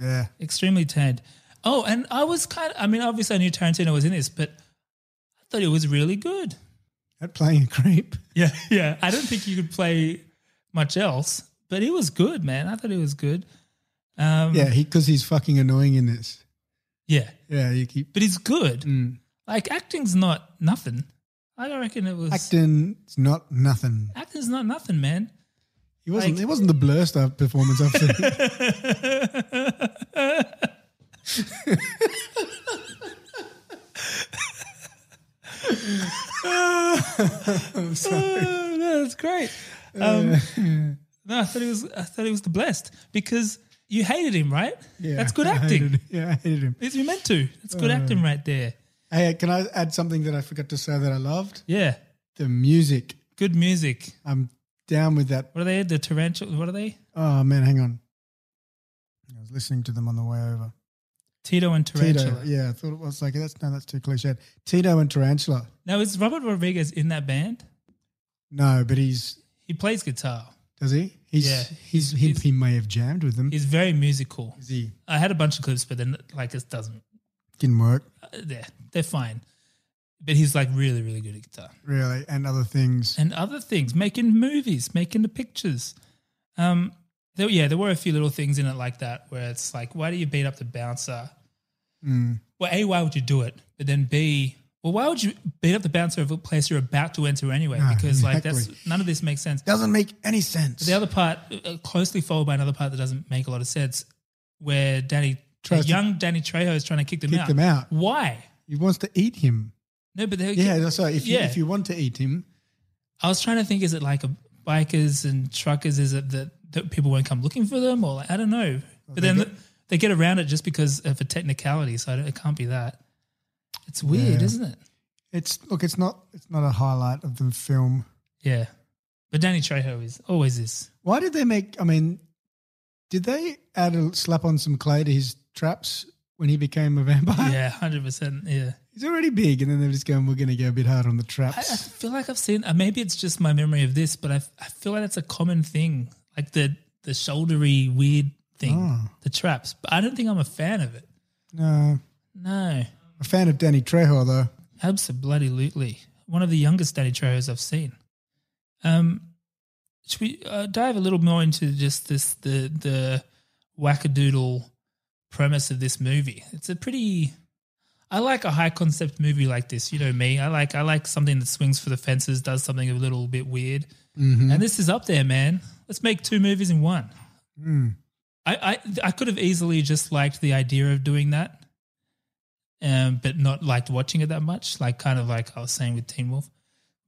Yeah.
extremely tanned. Oh, and I was kind of, I mean, obviously I knew Tarantino was in this, but I thought it was really good.
At playing a creep.
Yeah, yeah. I don't think you could play much else, but it was good, man. I thought it was good. Um,
Yeah, he because he's fucking annoying in this.
yeah.
Yeah, you keep.
But he's good.
Mm.
Like acting's not nothing. I I don't reckon it was.
Acting, it's not nothing.
Acting's not nothing, man.
It wasn't.
Like-
it wasn't the blur stuff performance I've seen.
I'm sorry. no, that's great. Um, no, I thought it was. I thought it was the blessed because you hated him, right?
Yeah,
that's good
I
acting.
hated- yeah, I hated him.
It's you meant to. That's good
Uh,
acting right there.
Hey, uh, can I add something that I forgot to say that I loved?
Yeah.
The music.
Good music.
I'm down with that.
What are they? The tarantula. What are they?
Oh man, hang on. I was listening to them on the way over.
Tito and tarantula.
Tito, yeah, I thought it was like that's no, that's too cliched. Tito and Tarantula.
Now is Robert Rodriguez in that band?
No, but he's
He plays guitar.
does he? He's
Yeah,
he's, he, he may have jammed with them.
He's very musical.
Is he?
I had a bunch of clips, but then like it doesn't.
Didn't work
Uh, yeah, they're fine. But he's like really, really good at guitar.
really, and other things.
and other things, making movies, making the pictures. Um, there, yeah, there were a few little things in it like that where it's like, why do you beat up the bouncer?
Mm.
Well, A, why would you do it? But then B, well, why would you beat up the bouncer of a place you're about to enter anyway?
No,
because like that's
Ah, exactly.
none of this makes sense.
Doesn't make any sense.
The other part, uh, closely followed by another part that doesn't make a lot of sense, where Danny,
Tries to-
young Danny Trejo is trying to kick them
Kick
out.
them out.
Why?
He wants to eat him.
No, but they're-
Yeah, that's right. If you,
Yeah.
if you want to eat him,
I was trying to think: is it like a bikers and truckers? Is it that, that people won't come looking for them, or like, I don't know? But then th- they get around it just because of a technicality. So I don't, it can't be that. It's weird,
Yeah.
isn't it?
it's look, it's not it's not a highlight of the film.
Yeah. But Danny Trejo is always is.
Why did they make? I mean, did they add a slap on some clay to his traps when he became a vampire?
Yeah, hundred percent. Yeah.
He's already big, and then they're just going, "We're going to go a bit hard on the
I, I
traps."
feel like I've seen. Uh, maybe it's just my memory of this, but I, I feel like that's a common thing, like the the shouldery weird thing,
Oh.
the traps. But I don't think I'm a fan of it.
no,
No.
a fan of Danny Trejo though.
Absolutely. One of the youngest Danny Trejos I've seen. Um, should we uh, dive a little more into just this the the wackadoodle premise of this movie? It's a pretty. I like a high concept movie like this. You know me. I like I like something that swings for the fences, does something a little bit weird,
Mm-hmm.
and this is up there, man. Let's make two movies in one.
Hmm.
I, I I could have easily just liked the idea of doing that um, but not liked watching it that much. Like kind of like I was saying with Teen Wolf,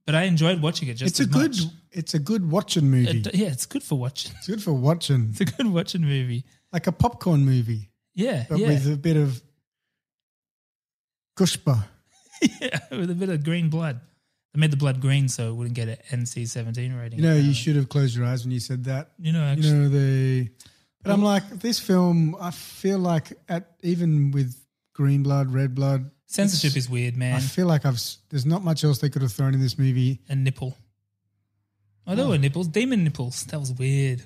but I enjoyed watching it just
it's a
as
good,
much.
it's a good watching movie.
It- yeah, it's good for watching.
it's good for watching,
It's a good watching movie.
like a popcorn movie,
Yeah,
but
yeah,
with a bit of gushpa.
yeah, with a bit of green blood. They made the blood green so it wouldn't get an NC seventeen rating.
You know, you
Um,
should have closed your eyes when you said that.
You know, actually,
you know the but i'm like this film i feel like at even with green blood red blood
censorship
it's-
is weird,
i
man.
feel like i've s- there's not much else they could have thrown in this movie
and nipple. Oh, there were nipples, demon nipples. That was weird.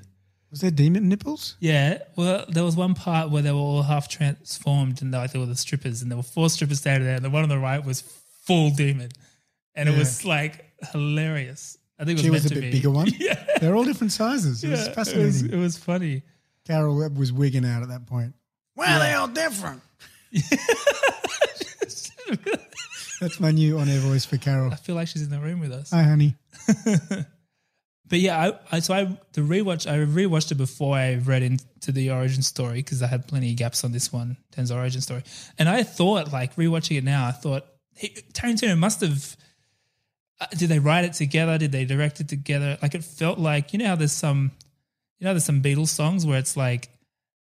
was there demon nipples
Yeah, well, there was one part where they were all half transformed, and like they were the strippers, and there were four strippers standing there, and the one on the right was full demon, and it
Yeah.
was like hilarious. I think it was
she
meant
was
to
a
be.
bit bigger one
Yeah,
they're all different sizes it was
yeah,
fascinating
It was, it was funny.
carol webb was wigging out at that point well they're all different that's my new on-air voice for carol
I feel like she's in the room with us.
hi honey
But yeah, I, I so I the rewatch I rewatched it before I read into the origin story because I had plenty of gaps on this one, Ten's origin story, and I thought like rewatching it now, I thought hey, Tarantino must have. Uh, did they write it together? Did they direct it together? Like it felt like you know how there's some, you know there's some Beatles songs where it's like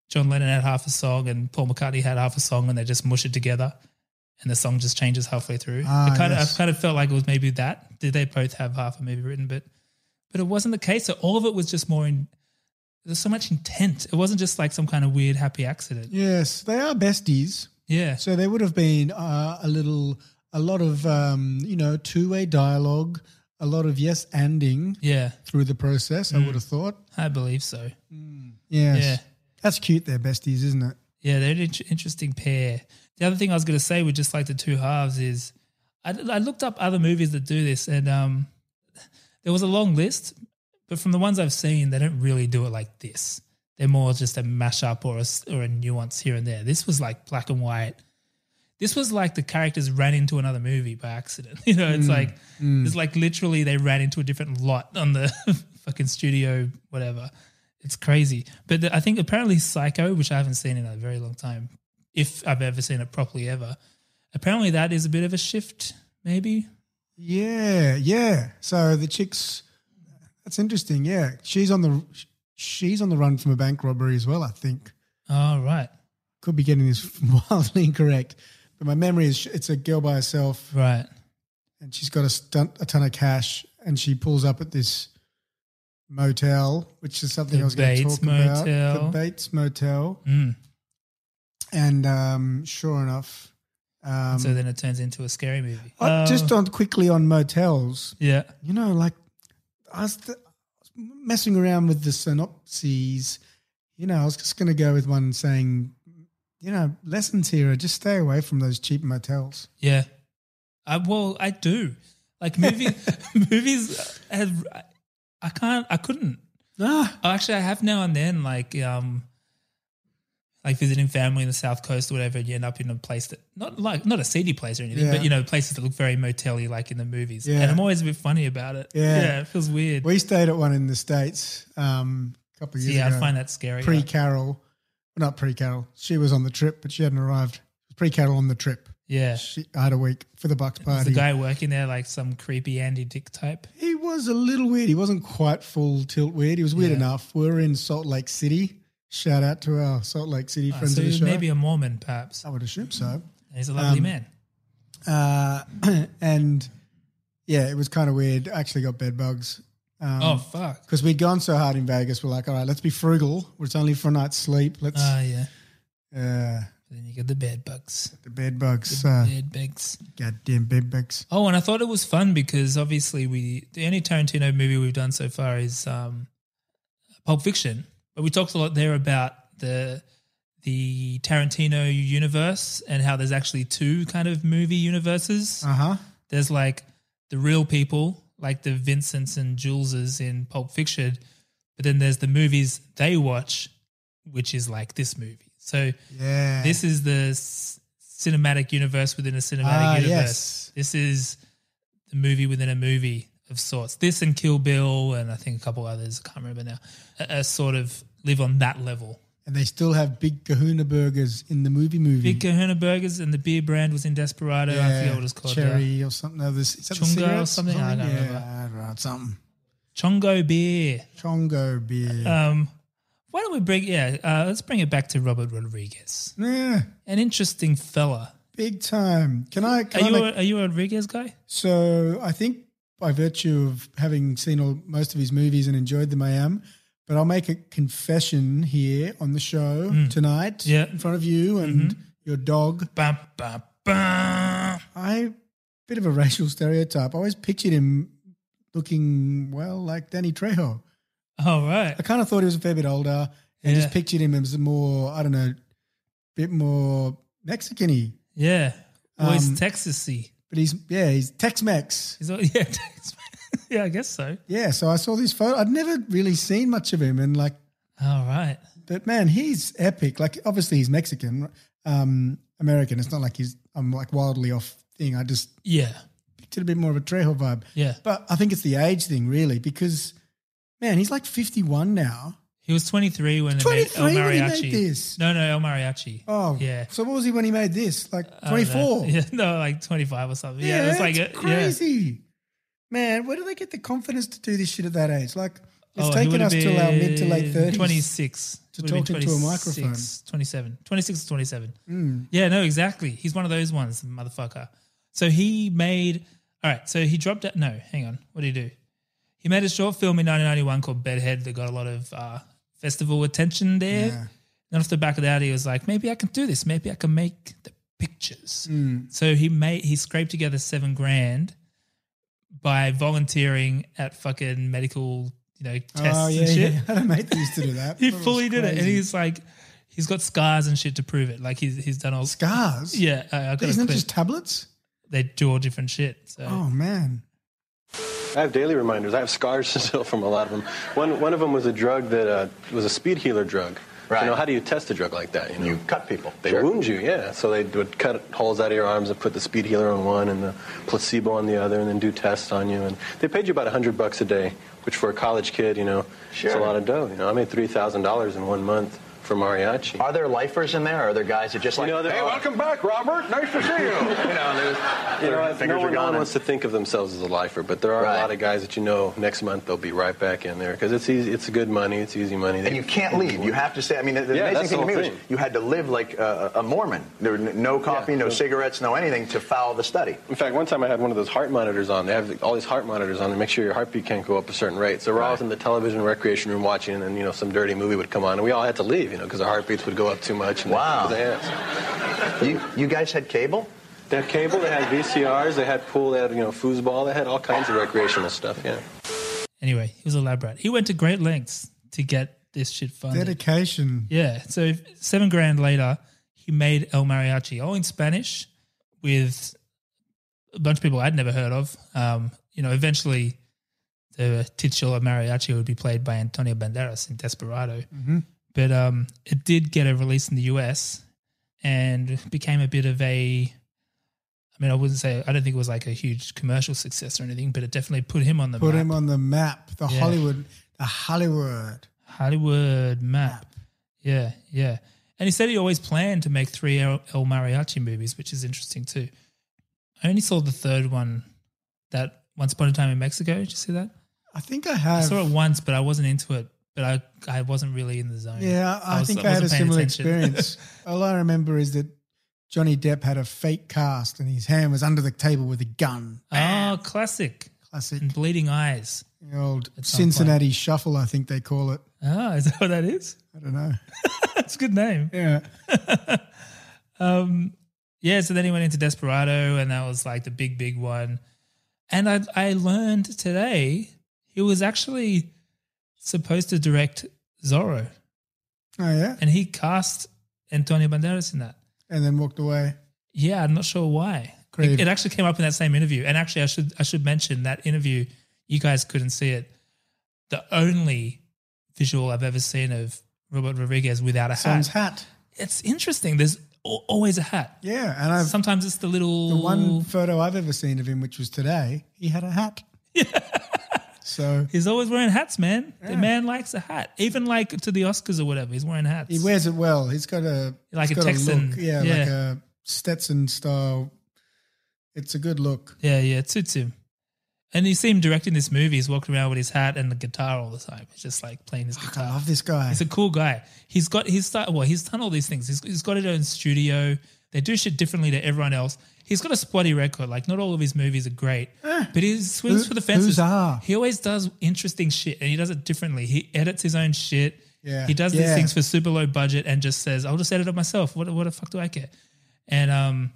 John Lennon had half a song and Paul McCartney had half a song and they just mush it together, and the song just changes halfway through.
Ah,
it kind of
yes.
I kind of felt like it was maybe that. Did they both have half a movie written, but but it wasn't the case. So all of it was just more in. There's so much intent. It wasn't just like some kind of weird happy accident.
yes they are besties
Yeah,
So there would have been uh, a little, a lot of, um, you know, two way dialogue, a lot of yes anding
yeah,
through the process, I would have thought.
I believe so.
Yes.
Yeah.
That's cute, they're besties, isn't it?
Yeah, they're an int- interesting pair. The other thing I was going to say with just like the two halves is, I, I looked up other movies that do this, and um, there was a long list, but from the ones I've seen, they don't really do it like this. They're more just a mashup or a s or a nuance here and there. This was like black and white. This was like the characters ran into another movie by accident. You know, it's
Mm,
like
mm.
it's like literally they ran into a different lot on the fucking studio, whatever. It's crazy. But the, I think apparently Psycho, which I haven't seen in a very long time, if I've ever seen it properly ever, apparently that is a bit of a shift, maybe.
Yeah, yeah. So the chicks, that's interesting. Yeah, she's on the she's on the run from a bank robbery as well. I think.
All Oh, right.
Could be getting this wildly incorrect, but my memory is it's a girl by herself,
right?
And she's got a stunt, a ton of cash, and she pulls up at this motel, which is something
The
I was going to
Bates
talk
Motel.
about. The Bates Motel,
Mm.
and um, sure enough, um,
so uh, then it turns into a scary movie.
Oh, just on quickly on motels.
Yeah.
You know, like I was th- messing around with the synopses. You know, I was just going to go with one saying, you know, lessons here are just stay away from those cheap motels.
Yeah. I well, I do. Like movie movies have I can't I couldn't. Oh,
No.
Actually I have now and then like um like visiting family in the south coast or whatever, and you end up in a place that not like not a seedy place or anything,
Yeah.
but you know, places that look very motel-y like in the movies.
Yeah.
And I'm always a bit funny about it.
Yeah.
it feels weird.
We stayed at one in the States um, a couple of
See,
years
I
ago.
find that scary.
Pre Carol. Not pre Carol. She was on the trip, but she hadn't arrived. Pre Carol on the trip.
Yeah.
She, I had a week for the Bucks
Is
party.
the guy working there like some creepy Andy Dick type?
He was a little weird. He wasn't quite full tilt weird. He was weird
Yeah.
enough. We were in Salt Lake City. Shout out to our Salt Lake City
Ah,
friends
so
of the
he's
show.
maybe a Mormon, perhaps.
I would assume so.
He's a lovely
Um,
man.
Uh, and yeah, it was kind of weird. I actually got bed bugs. Um,
Oh, fuck.
Because we'd gone so hard in Vegas. We're like, all right, let's be frugal. It's only for a night's sleep. Let's.
Ah, yeah.
Uh,
Then you get the bed bugs.
the bed bugs.
The
uh,
bed bugs.
Goddamn bed bugs.
Oh, and I thought it was fun because obviously we the only Tarantino movie we've done so far is um, Pulp Fiction, but we talked a lot there about the the Tarantino universe and how there's actually two kind of movie universes.
Uh huh.
There's like the real people, like the Vincents and Juleses in Pulp Fiction, but then there's the movies they watch, which is like this movie. So
Yeah.
this is the c- cinematic universe within a cinematic
Ah,
universe.
yes.
This is the movie within a movie of sorts. This and Kill Bill, and I think a couple others, I can't remember now, a, sort of live on that level.
And they still have big kahuna burgers in the movie movie.
Big Kahuna Burgers and the beer brand was in Desperado. I forget what it's called.
Cherry or something. No, this, is that the
Chunga or
cigarettes
something? I don't
yeah,
remember.
I don't know, something.
Chongo beer.
Chongo beer.
Um, why don't we bring, yeah, uh, let's bring it back to Robert Rodriguez.
yeah,
An interesting fella.
big time. Can I? Can
Are
I
you,
make-
a, are you a Rodriguez guy?
So I think by virtue of having seen all, most of his movies and enjoyed them, I am. But I'll make a confession here on the show
Mm.
tonight,
Yeah. Mm-hmm.
in front of you and your dog.
Bam, bam, bam.
I bit of a racial stereotype. I always pictured him looking well like Danny Trejo.
All right.
I kind of thought he was a fair bit older and
Yeah.
just pictured him as a more, I don't know, bit more Mexican y.
Yeah. Well,
Um,
he's Texasy.
But he's, yeah, he's Tex Mex.
He's all, yeah, Tex- yeah, I guess so.
Yeah, so I saw this photo. I'd never really seen much of him. And like,
All right.
but man, he's epic. Like, obviously, he's Mexican, um, American. It's not like he's, I'm like wildly off thing. I just
Yeah.
pictured a bit more of a Trejo vibe.
Yeah.
But I think it's the age thing, really, because man, he's like 51 now.
He was 23 when they
23
made El
when he made
Mariachi.
this?
No, no, El Mariachi.
Oh,
yeah.
So what was he when he made this? Like
I don't know.
24?
Yeah, no, like 25 or something. Yeah, it's like,
it's
a-
crazy. Man, where do they get the confidence to do this shit at that age? Like,
Yeah. Oh,
it's
he
taken
would've
us till our mid to
been
late 30s.
26.
to
Would've been
talk into a microphone.
26, 27. 26 or 27.
Mm.
Yeah, no, exactly. He's one of those ones, motherfucker. So he made, all right, so he dropped out. No, hang on. What did he do? He made a short film in 1991 called Bedhead that got a lot of uh, festival attention there.
Yeah.
And off the back of that, he was like, maybe I can do this. Maybe I can make the pictures.
Hmm.
So he made, he scraped together seven grand by volunteering at fucking medical, you know, tests
Oh, yeah,
and shit.
yeah. I had a mate that used to do that.
He
That was
fully did it, and
crazy.
he's like, he's got scars and shit to prove it. Like he's he's done all
Scars?
Yeah, I, I got
Isn't
a
it
clip.
just tablets?
they do all different shit. So
Oh, man.
I have daily reminders. I have scars still from a lot of them. One, one of them was a drug that uh, was a speed healer drug You know, how do you test a drug like that? You, know? you cut people. They
Sure.
wound you, yeah. So they would cut holes out of your arms and put the speed healer on one and the placebo on the other, and then do tests on you. And they paid you about a hundred bucks a day, which for a college kid, you know, it's a
Sure.
lot of dough. You know, I made three thousand dollars in one month for mariachi. Are there lifers in there? Or are there guys that just like, you know,
Hey, welcome back, Robert. Nice to see you. you know, there's,
you know,
their
if
fingers
no
are
one, no
gone.
one wants to think of themselves as a lifer, but there are a lot of guys that you know next month they'll be right back in there because it's easy, it's good money, it's easy money.
and you can't leave. You have to stay. I mean, the, the
Yeah,
amazing
that's
thing
the
to me
whole
was
thing.
you had to live like uh, a Mormon. There were n- no coffee, no cigarettes, no anything to foul the study.
In fact, one time I had one of those heart monitors on. They have all these heart monitors on to make sure your heartbeat can't go up a certain rate. So we're all in the television recreation room watching, and then you know some dirty movie would come on, and we all had to leave, you know, because our heartbeats would go up too much. And
Wow.
You you guys had cable? They had cable. They had VCRs. They had pool. They had you know foosball. They had all kinds of recreational stuff. Yeah.
Anyway, he was a lab rat. He went to great lengths to get this shit funded.
Dedication.
Yeah. So seven grand later, he made El Mariachi, all in Spanish, with a bunch of people I'd never heard of. Um, you know, eventually, the titular mariachi would be played by Antonio Banderas in Desperado.
Mhm.
But um, it did get a release in the US and became a bit of a. I mean, I wouldn't say I don't think it was like a huge commercial success or anything, but it definitely put him on the
Put
map.
him on the map, the
Yeah.
Hollywood, the Hollywood.
Hollywood map. Yeah, yeah. And he said he always planned to make three El El Mariachi movies, which is interesting too. I only saw the third one, that Once Upon a Time in Mexico. Did you see that?
I think I have.
I saw it once, but I wasn't into it. But I, I wasn't really in the zone.
Yeah, I,
was-
think I had a
wasn't paying
similar
attention.
experience. All I remember is that Johnny Depp had a fake cast and his hand was under the table with a gun.
oh, classic,
classic,
and bleeding eyes.
The old
At some
Cincinnati shuffle, I think they call it.
Ah, is that what that is?
I don't know.
That's a good name.
Yeah.
um, yeah. So then he went into Desperado, and that was like the big, big one. And I, I learned today he was actually supposed to direct Zorro,
Oh yeah,
and he cast Antonio Banderas in that.
and then walked away.
Yeah, I'm not sure why.
Crave.
It, it actually came up in that same interview. And actually, I should I should mention that interview. You guys couldn't see it. The only visual I've ever seen of Robert Rodriguez without a
Son's
hat.
hat.
It's interesting. There's al- always a hat.
Yeah, and I've
sometimes it's the little
the one photo I've ever seen of him, which was today. He had a hat. so
He's always wearing hats, man. The
Yeah.
man likes a hat, even like to the Oscars or whatever. He's wearing hats.
he wears it well. He's got a
Like
he's
a
got
Texan.
look. Yeah,
Yeah.
like a Stetson style. It's a good look.
Yeah, yeah, it suits him. And you see him directing this movie. He's walking around with his hat and the guitar all the time. He's just like playing his guitar.
I love this guy.
He's a cool guy. He's got he's start, well, he's done all these things. He's, he's got his own studio. They do shit differently to everyone else. He's got a spotty record. Like not all of his movies are great, but he swings
Eh. Who-
for the fences.
whose are?
He always does interesting shit, and he does it differently. He edits his own shit.
Yeah.
He does these
Yeah.
things for super low budget and just says, "I'll just edit it myself. What what the fuck do I care?" And um,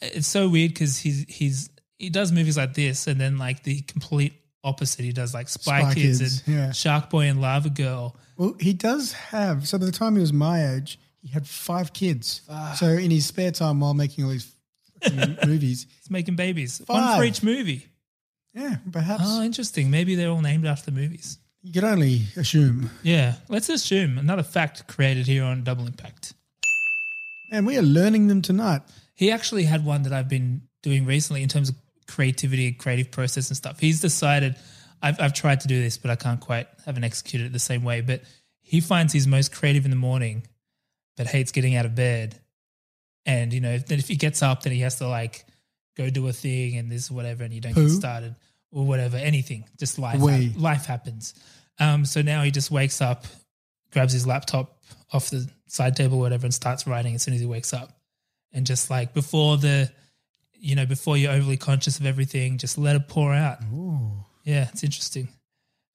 it's so weird because he's he's he does movies like this, and then like the complete opposite. He does like Spy,
Spy
Kids,
Kids,
and
yeah.
Shark Boy and Lava Girl.
Well, he does have. So by the time he was my age, he had five kids. So in his spare time, while making all these fucking movies,
He's making babies, one for
Five.
each movie.
yeah, perhaps
Oh, interesting. Maybe they're all named after the movies.
you could only assume.
Yeah, let's assume another fact created here on Double Impact.
And we are learning them tonight.
He actually had one that I've been doing recently in terms of creativity and creative process and stuff. He's decided I've, I've tried to do this, but I can't quite haven't executed it the same way. But he finds he's most creative in the morning, but hates getting out of bed. And you know, if, then if he gets up, then he has to like go do a thing and this whatever, and you don't
Poo?
get started or whatever. Anything, just life.
Wee.
hap- life happens. Um, so now he just wakes up, grabs his laptop off the side table, or whatever, and starts writing as soon as he wakes up. And just like before the, you know, before you're overly conscious of everything, just let it pour out.
Ooh.
Yeah, it's interesting.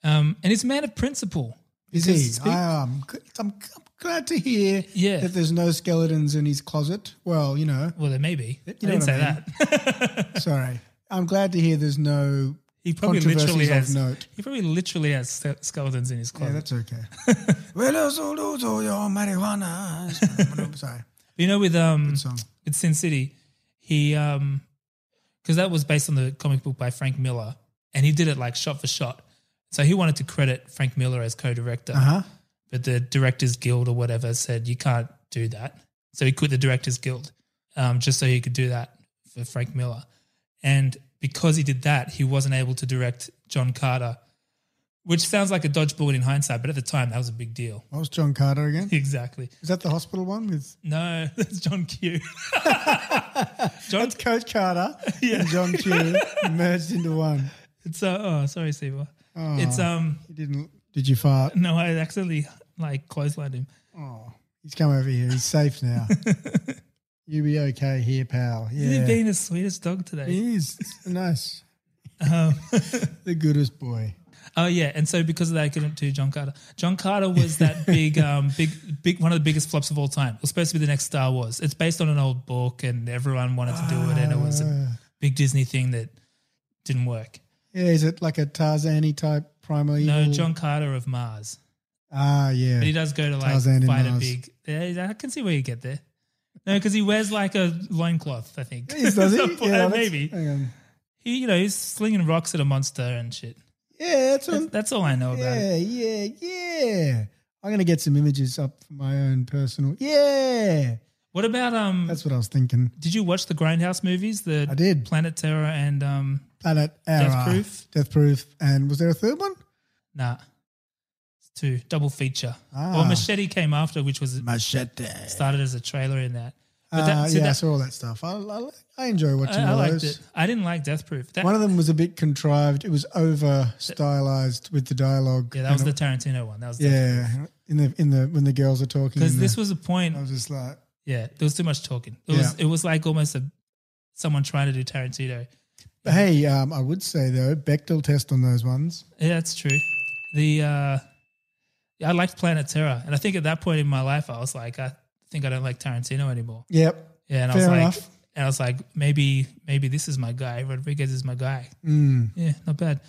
Um, and he's a man of principle.
Is he?
Because speak-
I, am g- I'm, g- I'm glad to hear
Yeah.
that there's no skeletons in his closet. Well, you know,
well, there may be. You didn't
know what
say
I mean.
that.
sorry. I'm glad to hear there's no
He probably literally
controversies of
has.
note.
He probably literally has ske- skeletons in his
Yeah,
closet.
that's okay. Where does all those all your marijuana? sorry.
You know, with um, with Sin City, he um, because that was based on the comic book by Frank Miller, and he did it like shot for shot. So he wanted to credit Frank Miller as co-director,
Uh huh.
but the Directors Guild or whatever said you can't do that. So he quit the Directors Guild um, just so he could do that for Frank Miller. And because he did that, he wasn't able to direct John Carter, which sounds like a dodge bullet in hindsight, but at the time that was a big deal.
What was John Carter again?
Exactly.
Is that the hospital one with
No, that's John Q.
John Coach Carter and John Q merged into one?
It's uh, oh sorry, Siva.
Oh,
it's um
he didn't. Did you fart?
no, I accidentally like clotheslined him.
Oh, he's come over here. He's safe now. you be okay here, pal. Yeah,
He's being the sweetest dog today.
He is nice.
Um,
the goodest boy.
Oh yeah, and so because of that, I couldn't do John Carter. John Carter was that big, um, big, big one of the biggest flops of all time. It was supposed to be the next Star Wars. It's based on an old book, and everyone wanted to do it, and it was
Ah.
a big Disney thing that didn't work.
Yeah, is it like a Tarzani type primal?
No,
evil?
John Carter of Mars,
Ah, yeah.
but he does go to like
Tarzan in
fight a
Mars.
big. Yeah, I can see where you get there. No, because he wears like a loincloth, I think.
Yes, does he?
So,
Yeah, that's-
maybe.
hang on.
He, you know, he's slinging rocks at a monster and shit.
Yeah, that's
That's,
what.
that's all I know about it.
Um, Yeah, yeah, yeah. I'm gonna get some images up for my own personal. Yeah,
What about um?
that's what I was thinking.
Did you watch the Grindhouse movies? The
I did.
Planet Terror and um
Planet Era.
Death Proof?
Death Proof. And was there a third one?
nah. It's two double feature.
Ah.
Well, Machete came after, which was
Machete.
started as a trailer in that. But
Uh,
that, so
yeah, I
that-
saw all that stuff. I, I, I enjoy watching
I, I
all
liked it.
those.
I didn't like Death Proof. That,
One of them was a bit contrived. It was over stylized with the dialogue.
yeah, that
And
was
it-
the Tarantino one. That was
yeah. Mm-hmm. In the in the when the girls are talking.
because
in
this
the-
was a point.
I was just like,
Yeah, there was too much talking. It was it was like almost a someone trying to do Tarantino.
but hey, um, I would say though, Bechtel test on those ones.
Yeah, that's true. The uh I liked Planet Terror, and I think at that point in my life, I was like, I think I don't like Tarantino anymore.
Yep.
Yeah, and
Fair
I was like,
enough.
and I was like, maybe, maybe this is my guy. Rodriguez is my guy.
Mm.
Yeah, not bad.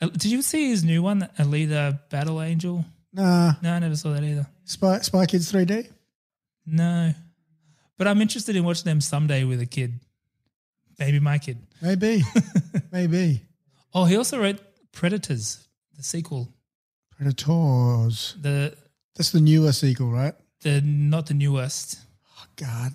Uh, Did you see his new one, Alita Battle Angel?
Nah.
No, I never saw that either.
Spy Spy Kids 3D.
No, but I'm interested in watching them someday with a kid, maybe my kid.
Maybe. Maybe.
Oh, he also wrote Predators, the sequel,
Predators.
the
That's the newer sequel, right?
the not the newest.
Oh God.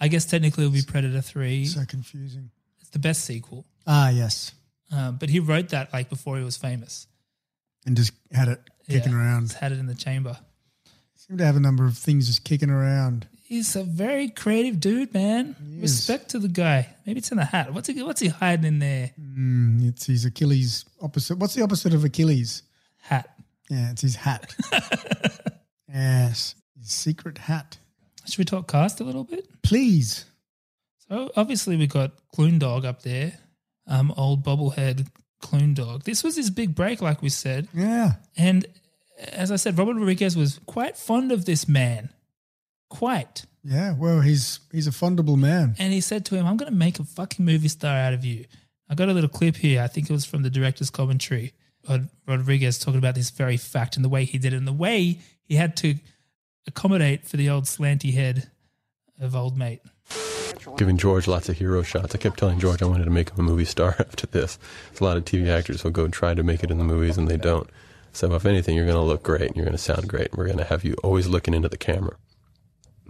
I guess technically it'll be Predator Three.
So confusing.
It's the best sequel,
Ah, yes.
uh, but he wrote that like before he was famous.
And just had it kicking
Yeah,
around.
just had it in the chamber.
Seemed to have a number of things just kicking around.
He's a very creative dude, man. Respect to the guy. Maybe it's in the hat. What's he? What's he hiding in there?
Mm, it's his Achilles opposite. What's the opposite of Achilles?
Hat.
Yeah, it's his hat. yes, his secret hat.
Should we talk cast a little bit?
Please.
So obviously we got Dog up there, um, old bobblehead Dog. This was his big break, like we said,
Yeah.
and as I said, Robert Rodriguez was quite fond of this man, quite.
Yeah. Well, he's he's a fondable man.
And he said to him, "I'm going to make a fucking movie star out of you." I got a little clip here. I think it was from the director's commentary. Rod- Rodriguez talking about this very fact and the way he did it and the way he had to accommodate for the old slanty head of old mate.
Giving George lots of hero shots. I kept telling George I wanted to make him a movie star after this. There's a lot of TV actors who go try to make it in the movies and they don't. So if anything, you're going to look great and you're going to sound great. And we're going to have you always looking into the camera.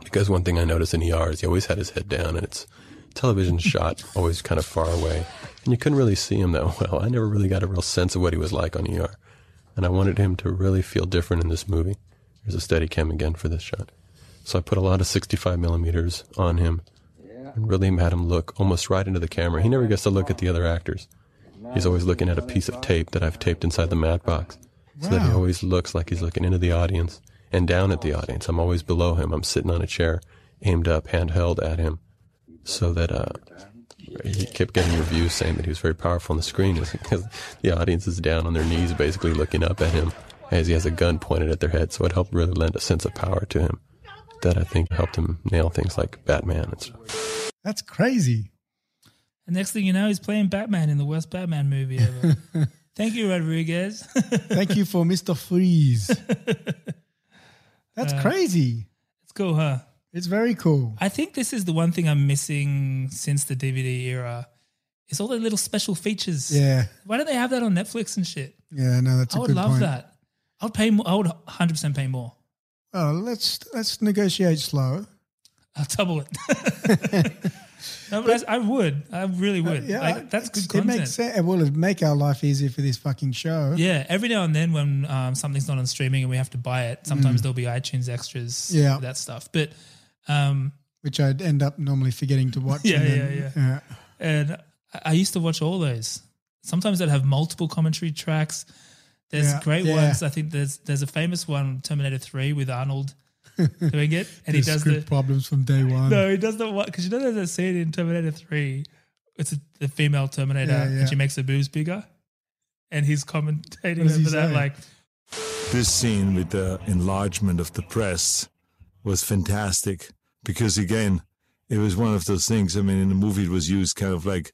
Because one thing I noticed in ER is he always had his head down and it's television shot always kind of far away. And you couldn't really see him that well. I never really got a real sense of what he was like on ER. And I wanted him to really feel different in this movie. There's a steady cam again for this shot. So I put a lot of 65 millimeters on him and really made him look almost right into the camera. He never gets to look at the other actors. He's always looking at a piece of tape that I've taped inside the mat box so that he
Wow.
always looks like he's looking into the audience and down at the audience. I'm always below him. I'm sitting on a chair, aimed up, handheld at him so that uh, he kept getting reviews saying that he was very powerful on the screen is because the audience is down on their knees basically looking up at him as he has a gun pointed at their head so it helped really lend a sense of power to him that i think helped him nail things like batman and stuff
That's crazy.
And next thing you know, he's playing Batman in the worst Batman movie ever. Thank you, Rodriguez.
Thank you for Mister Freeze. That's
Uh,
crazy.
it's cool, huh?
It's very cool.
I think this is the one thing I'm missing since the DVD era. Is all the little special features.
Yeah.
Why don't they have that on Netflix and shit?
Yeah. No, that's a
I would
good
love
point.
that. I I would pay. More, I would hundred percent pay more.
Oh, let's let's negotiate slow.
I'll double it. No, but that's- I would. I really would. like, that's good
uh, It
content.
makes sense. It will make our life easier for this fucking show.
Yeah, every now and then when um, something's not on streaming and we have to buy it, sometimes
Mm.
there'll be iTunes extras,
Yeah.
that stuff. But um,
Which I'd end up normally forgetting to watch.
yeah,
and
yeah,
then- uh,
yeah, And I- I used to watch all those. Sometimes they'd have multiple commentary tracks. There's
Yeah,
great
yeah.
ones. I think there's there's a famous one, Terminator Three, with Arnold doing it, and he
The
does
script
the
problems from day one.
No, he does the what? Because you know there's a scene in Terminator Three. It's a, the female Terminator,
Yeah, yeah.
and she makes her boobs bigger, and he's commentating
What does
over
he
that,
say?
like,
This scene with the enlargement of the press was fantastic because, again, it was one of those things. I mean, in the movie, it was used kind of like,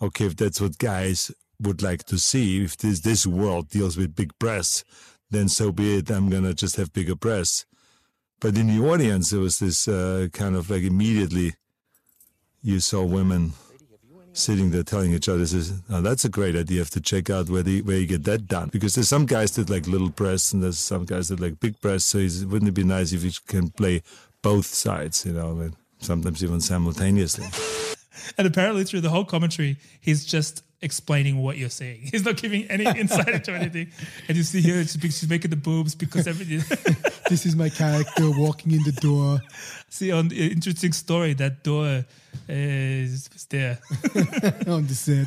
okay, if that's what guys would like to see, if this, this world deals with big press, then so be it. I'm going to just have bigger press. But in the audience, there was this uh, kind of like immediately you saw women sitting there telling each other, "This is- "Oh, that's a great idea. You have to check out where the where you get that done." Because there's some guys that like little breasts, and there's some guys that like big breasts. So it's, wouldn't it be nice if you can play both sides? You know, and sometimes even simultaneously.
and apparently through the whole commentary, he's just explaining what you're seeing. He's not giving any insight into anything, and you see here she's, she's making the boobs because everything.
this is my character walking in the door.
see on the interesting story that door eh, is was there.
on the set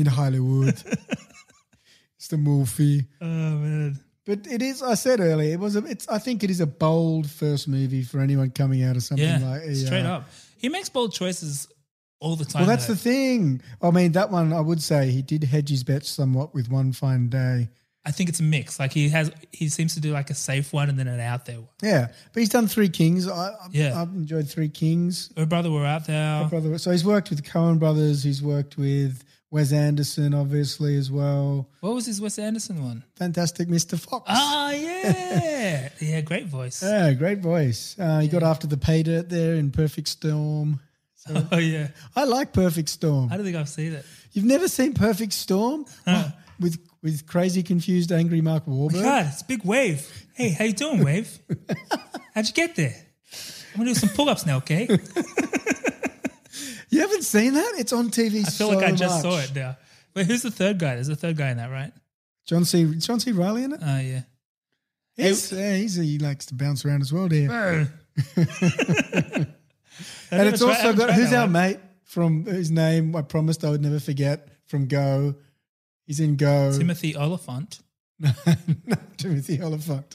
in Hollywood. It's the movie.
Oh man!
But it is. I said earlier, it was. A, it's. I think it is a bold first movie for anyone coming out of something
yeah,
like a,
straight
uh,
up. He makes bold choices all the time.
Well, that's
though.
the thing. I mean, that one I would say he did hedge his bets somewhat with one fine day.
I think it's a mix. Like he has, he seems to do like a safe one and then an out there one.
Yeah, but he's done Three Kings. I, I-
Yeah.
I've enjoyed Three Kings.
Her Oh, brother were out there.
Her brother- So he's worked with Cohen Brothers. He's worked with Wes Anderson, obviously as well.
What was his Wes Anderson one?
Fantastic Mr. Fox.
Ah, yeah, yeah, great voice.
Yeah, great voice. Uh, he got after the pay dirt there in Perfect Storm. So-
Oh yeah,
I like Perfect Storm.
I don't think I've seen it.
You've never seen Perfect Storm Wow. with with crazy, confused, angry Mark Wahlberg.
God, it's a big wave. Hey, how you doing, wave? How'd you get there? I'm gonna do some pull-ups now, okay?
You haven't seen that? It's on TV.
I feel
so
like I just
much.
saw it now. Wait, who's the third guy? There's a third guy in that, right?
John C. is John C. Riley in it.
Oh yeah.
He's, yeah, he's, he likes to bounce around as well, dear.
Hey.
and it's
tried- I
also
haven't
got
tried
who's
that
our
one.
mate from whose name I promised I would never forget from Go. He's in Go.
Timothy Oliphant.
Timothy Oliphant.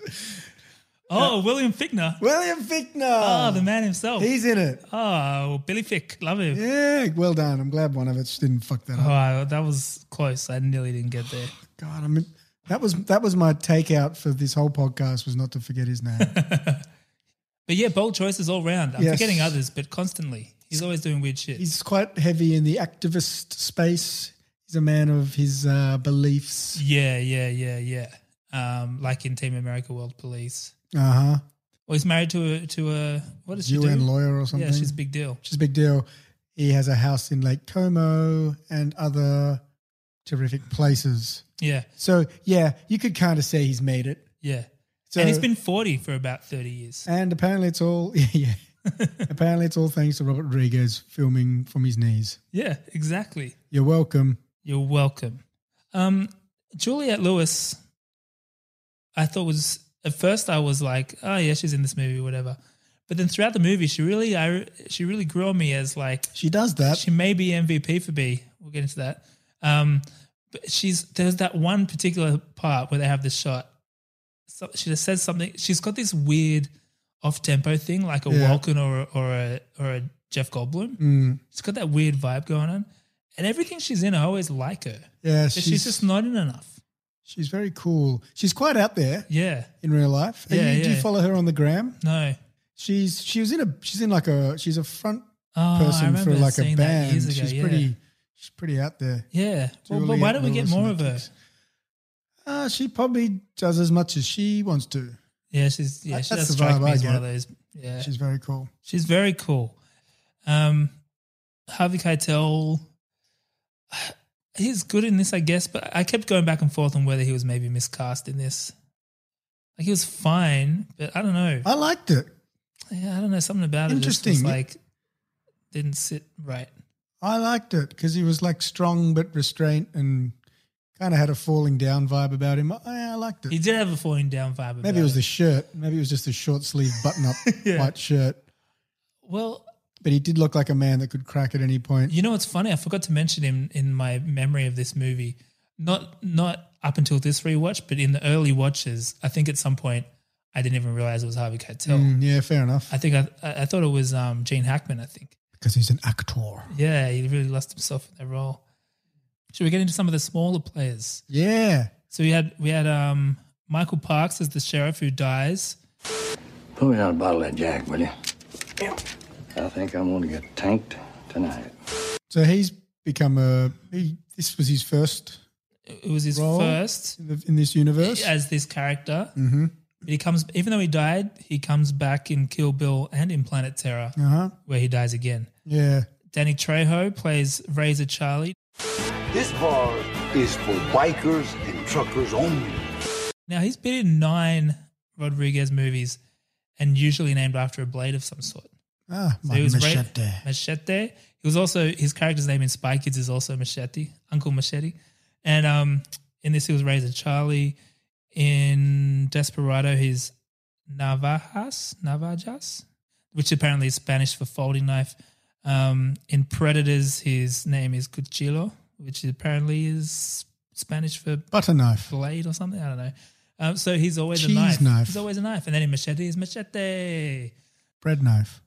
Oh, William Fickner.
William Fickner.
Oh, the man himself.
He's in it.
Oh, Billy Fick. Love him.
Yeah, well done. I'm glad one of us didn't fuck that up.
Oh, that was close. I nearly didn't get there.
God, I mean, that was that was my takeout for this whole podcast was not to forget his name.
But yeah, bold choices all round. I'm
Yes.
forgetting others, but constantly. He's always doing weird shit.
He's quite heavy in the activist space. He's a man of his uh, beliefs.
yeah, yeah, yeah, yeah. Um, like in Team America World Police.
Uh huh.
Well, he's married to a to a what does she
UN
do?
lawyer or something.
Yeah, she's a big deal.
She's a big deal. He has a house in Lake Como and other terrific places.
Yeah,
So yeah, you could kind of say he's made it.
yeah.
So-
and he's been forty for about thirty years.
And apparently it's all yeah. yeah. apparently it's all thanks to Robert Rodriguez filming from his knees.
Yeah, exactly.
You're welcome.
You're welcome. Um, Juliette Lewis, I thought was at first I was like, oh yeah, she's in this movie, whatever. But then throughout the movie, she really, I she really grew on me as like
she does that.
She may be MVP for B. We'll get into that. Um, but she's there's that one particular part where they have the shot. So she just says something. She's got this weird off tempo thing, like a
Yeah.
Walken or a, or a or a Jeff Goldblum.
Mm.
She's got that weird vibe going on. And everything she's in, I always like her.
Yeah,
But she's,
she's-
just not in enough.
She's very cool. She's quite out there
Yeah.
in real life. Are
Yeah,
you, Do you
yeah.
follow her on the gram?
No.
She's she was in a she's in like a she's a front
Oh, I
person for
remember
like a
seeing that
band.
years ago,
she's
yeah.
pretty she's pretty out there.
Yeah. Well, but why don't we get more of her?
Uh, she probably does as much as she wants to.
Yeah, she's yeah, she
That's
does
the vibe
strike me
I
as one of
get.
those. Yeah.
She's very cool.
She's very cool. Um, Harvey Keitel, he's good in this, I guess, but I kept going back and forth on whether he was maybe miscast in this. Like it was fine, but I don't know.
I liked it.
Yeah, I don't know something about it. just was
Interesting.
like didn't sit right.
I liked it because he was like strong but restraint and kind of had a falling down vibe about him. I, I liked it.
He did have a falling down vibe. about
Maybe it was the shirt. Maybe it was just a short sleeve button up white shirt.
Well,
But he did look like a man that could crack at any point.
You know what's funny? I forgot to mention him in my memory of this movie. Not not up until this rewatch, but in the early watches, I think at some point I didn't even realize it was Harvey Keitel.
Mm, yeah, fair enough.
I think I I I thought it was um, Gene Hackman. I think.
Because he's an actor.
Yeah, he really lost himself in that role. Should we get into some of the smaller players?
Yeah.
So we had we had um, Michael Parks as the sheriff who dies.
Put me down a bottle of that Jack, will you? I think I'm going to get tanked tonight.
So he's become a. He, this was his first.
It was his
role
first
in, the, in this universe.
as this character.
hmm
But he comes, even though he died, he comes back in Kill Bill and in Planet Terror,
Uh-huh.
where he dies again.
Yeah.
Danny Trejo plays Razor Charlie.
This bar is for bikers and truckers only.
Now he's been in nine Rodriguez movies, and usually named after a blade of some sort.
Ah,
So
my
he was Ra-
machete.
machete. He was also his character's name in Spy Kids is also Machete, Uncle Machete, and um, in this he was Razor Charlie. In Desperado, he's Navajas, Navajas, which apparently is Spanish for folding knife. Um, in Predators, his name is Cuchillo, which apparently is Spanish for
butter knife,
blade or something. I don't know. Um, so he's always a
Cheese
knife.
knife.
He's always a knife, and then in Machete is Machete.
Bread knife.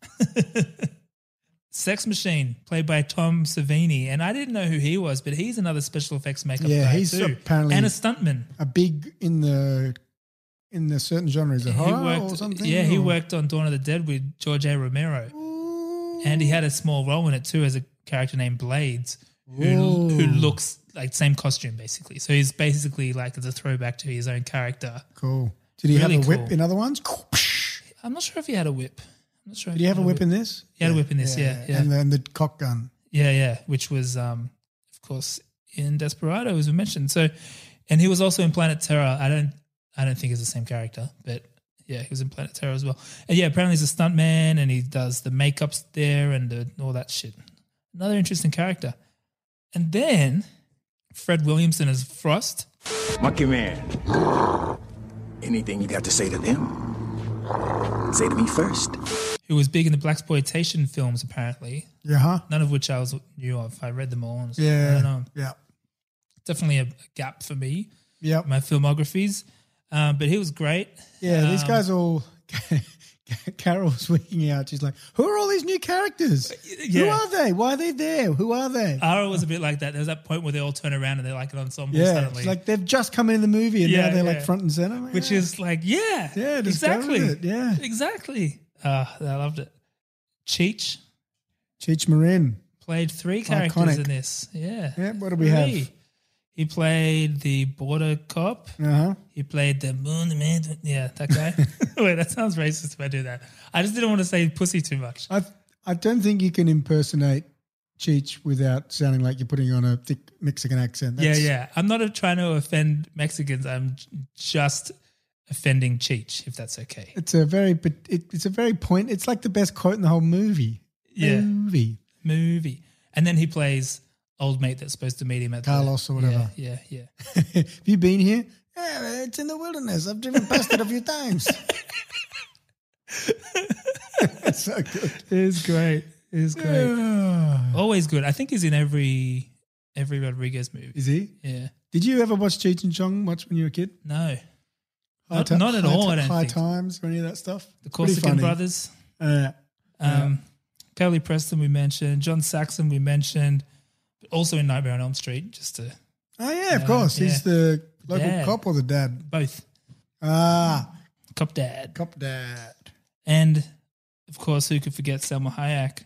Sex Machine, played by Tom Savini, and I didn't know who he was, but he's another special effects makeup
Yeah,
guy
he's
too,
apparently-
and a stuntman.
A big in the in the certain genres of horror or Oh, something.
yeah, he
or-
worked on Dawn of the Dead with George A. Romero, and he had a small role in it too as a character named Blades, who, who
Ooh.
looks like same costume basically. So he's basically like it's a throwback to his own character.
Cool. Did he
Really
have a whip
cool.
in other ones?
I'm not sure if he had a whip. I'm not sure.
Did
if
he have a
had
whip in this?
He had a whip in this. Yeah, yeah.
And then the cock gun.
Yeah, yeah, which was, um, of course, in Desperado, as we mentioned. So, and he was also in Planet Terror. I don't, I don't think it's the same character, but yeah, he was in Planet Terror as well. And yeah, apparently he's a stuntman and he does the makeups there and the, all that shit. Another interesting character. And then Fred Williamson as Frost.
Monkey Man. Anything you'd have to say to them, say to me first.
Who was big in the black exploitation films, apparently.
Yeah, huh?
None of which I was knew of. I read them all. And it's like, I
Yeah.
don't know.
Yeah.
definitely a gap for me.
Yeah.
My filmographies. Um, but he was great.
Yeah, these
Um,
guys all. Carol's winking out. She's like, "Who are all these new characters? Who
yeah. Uh,
are they? Why are they there? Who are they?"
Ara was a bit like that. There was that point where they all turn around and they're like an ensemble
yeah,
suddenly.
it's like they've just come in the movie and
Yeah,
now they're
yeah.
like front and center,
which is like, yeah,
Yeah, just go with
exactly.
it, yeah.
exactly. Uh, I loved it. Cheech
Cheech Marin.
played three characters
Iconic.
in this. Yeah.
Yeah, what do we have?
Three. He played the border cop.
Uh-huh.
He played the moon man. Yeah, that guy. Wait, that sounds racist if I do that. I just didn't want to say pussy too much.
I I don't think you can impersonate Cheech without sounding like you're putting on a thick Mexican accent.
yeah, yeah. I'm not uh, trying to offend Mexicans. I'm j- just offending Cheech, if that's okay.
It's a very but it, it's a very point. It's like the best quote in the whole movie.
Yeah.
Movie.
Movie. And then he plays old mate that's supposed to meet him at the-
Carlos or whatever.
Yeah, yeah,
Have you been here? Yeah, it's in the wilderness. I've driven past it a few times. so good.
It is great. It is great. Always good. I think he's in every every Rodriguez movie.
Is he?
Yeah.
Did you ever watch Cheech and Chong much when you were a kid?
No.
High
Not,
Ti-
not at
High
all,
Ti-
I don't
High
think.
Times or any of that stuff?
The
Pretty
Corsican
funny.
Brothers.
Uh,
Um, Kelly Preston, we mentioned. John Saxon, we mentioned. But also in Nightmare on Elm Street, just to
oh, yeah, of
Uh,
course.
yeah.
He's the local
Dad.
cop or the dad?
both.
Ah,
Cop Dad.
cop dad.
And of course, who could forget Selma Hayek?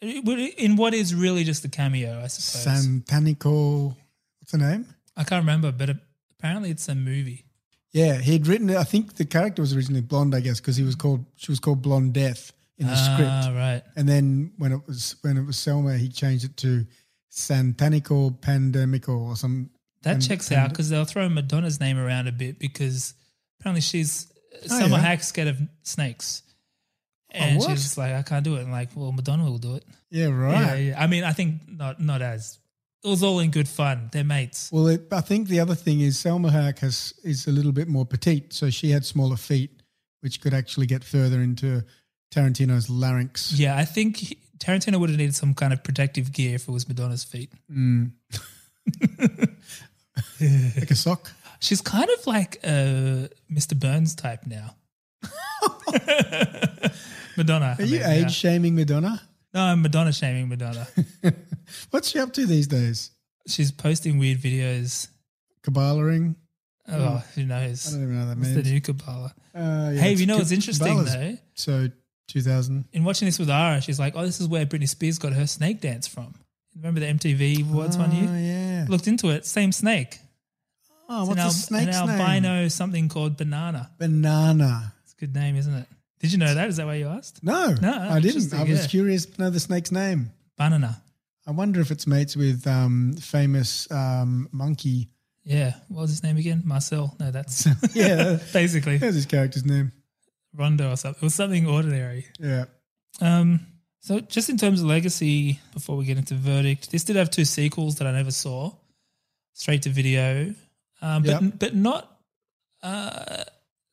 In what is really just a cameo, I suppose.
Santanico. What's the name?
I can't remember, but apparently it's a movie.
Yeah, he'd written it. I think the character was originally blonde, I guess, because he was called she was called Blonde Death in the
Ah,
script.
right.
And then when it was when it was Selma, he changed it to Santanico Pandemico or some
That
and-
checks
and-
out because they'll throw Madonna's name around a bit because apparently she's
Oh,
Summer
yeah. Oh,
Hack's scared of snakes. And
what?
she's just like, I can't do it. And like, well, Madonna will do it.
Yeah,
Yeah,
right.
yeah. I mean, I think not not as it was all in good fun. They're mates.
Well, it, I think the other thing is Selma Hayek has is a little bit more petite, so she had smaller feet, which could actually get further into Tarantino's larynx.
Yeah, I think he- Tarantino would have needed some kind of protective gear if it was Madonna's feet.
Mm. like a sock.
She's kind of like uh, Mr. Burns type now. Madonna.
Are
I
you
mean,
age
yeah.
shaming Madonna?
No, I'm Madonna shaming Madonna.
What's she up to these days?
She's posting weird videos.
Kabbalahing.
Oh, who knows?
I don't even know what that
What's
means.
the new Kabbalah?
Uh, yeah,
hey,
it's
you know
Kab-
what's interesting
Kabbalah's-
though?
So 2000.
In watching this with Ara, she's like, "Oh, this is where Britney Spears got her snake dance from." Remember the MTV Awards one year?
Oh, yeah.
Looked into it. Same snake.
Oh,
It's
what's
an
a
al-
snake's
an
name?
albino something called banana.
Banana.
It's a good name, isn't it? Did you know that? Is that why you asked?
No,
No,
I didn't.
interesting,
I was
yeah.
curious to know the snake's name.
Banana.
I wonder if it's mates with um, famous um, monkey.
Yeah. What was his name again? Marcel. No, that's
Yeah,
basically
That's his character's name.
Rondo or something. It was something ordinary.
Yeah.
Um, so just in terms of legacy, before we get into verdict, this did have two sequels that I never saw, straight to video, um, but
Yep.
but not. Uh,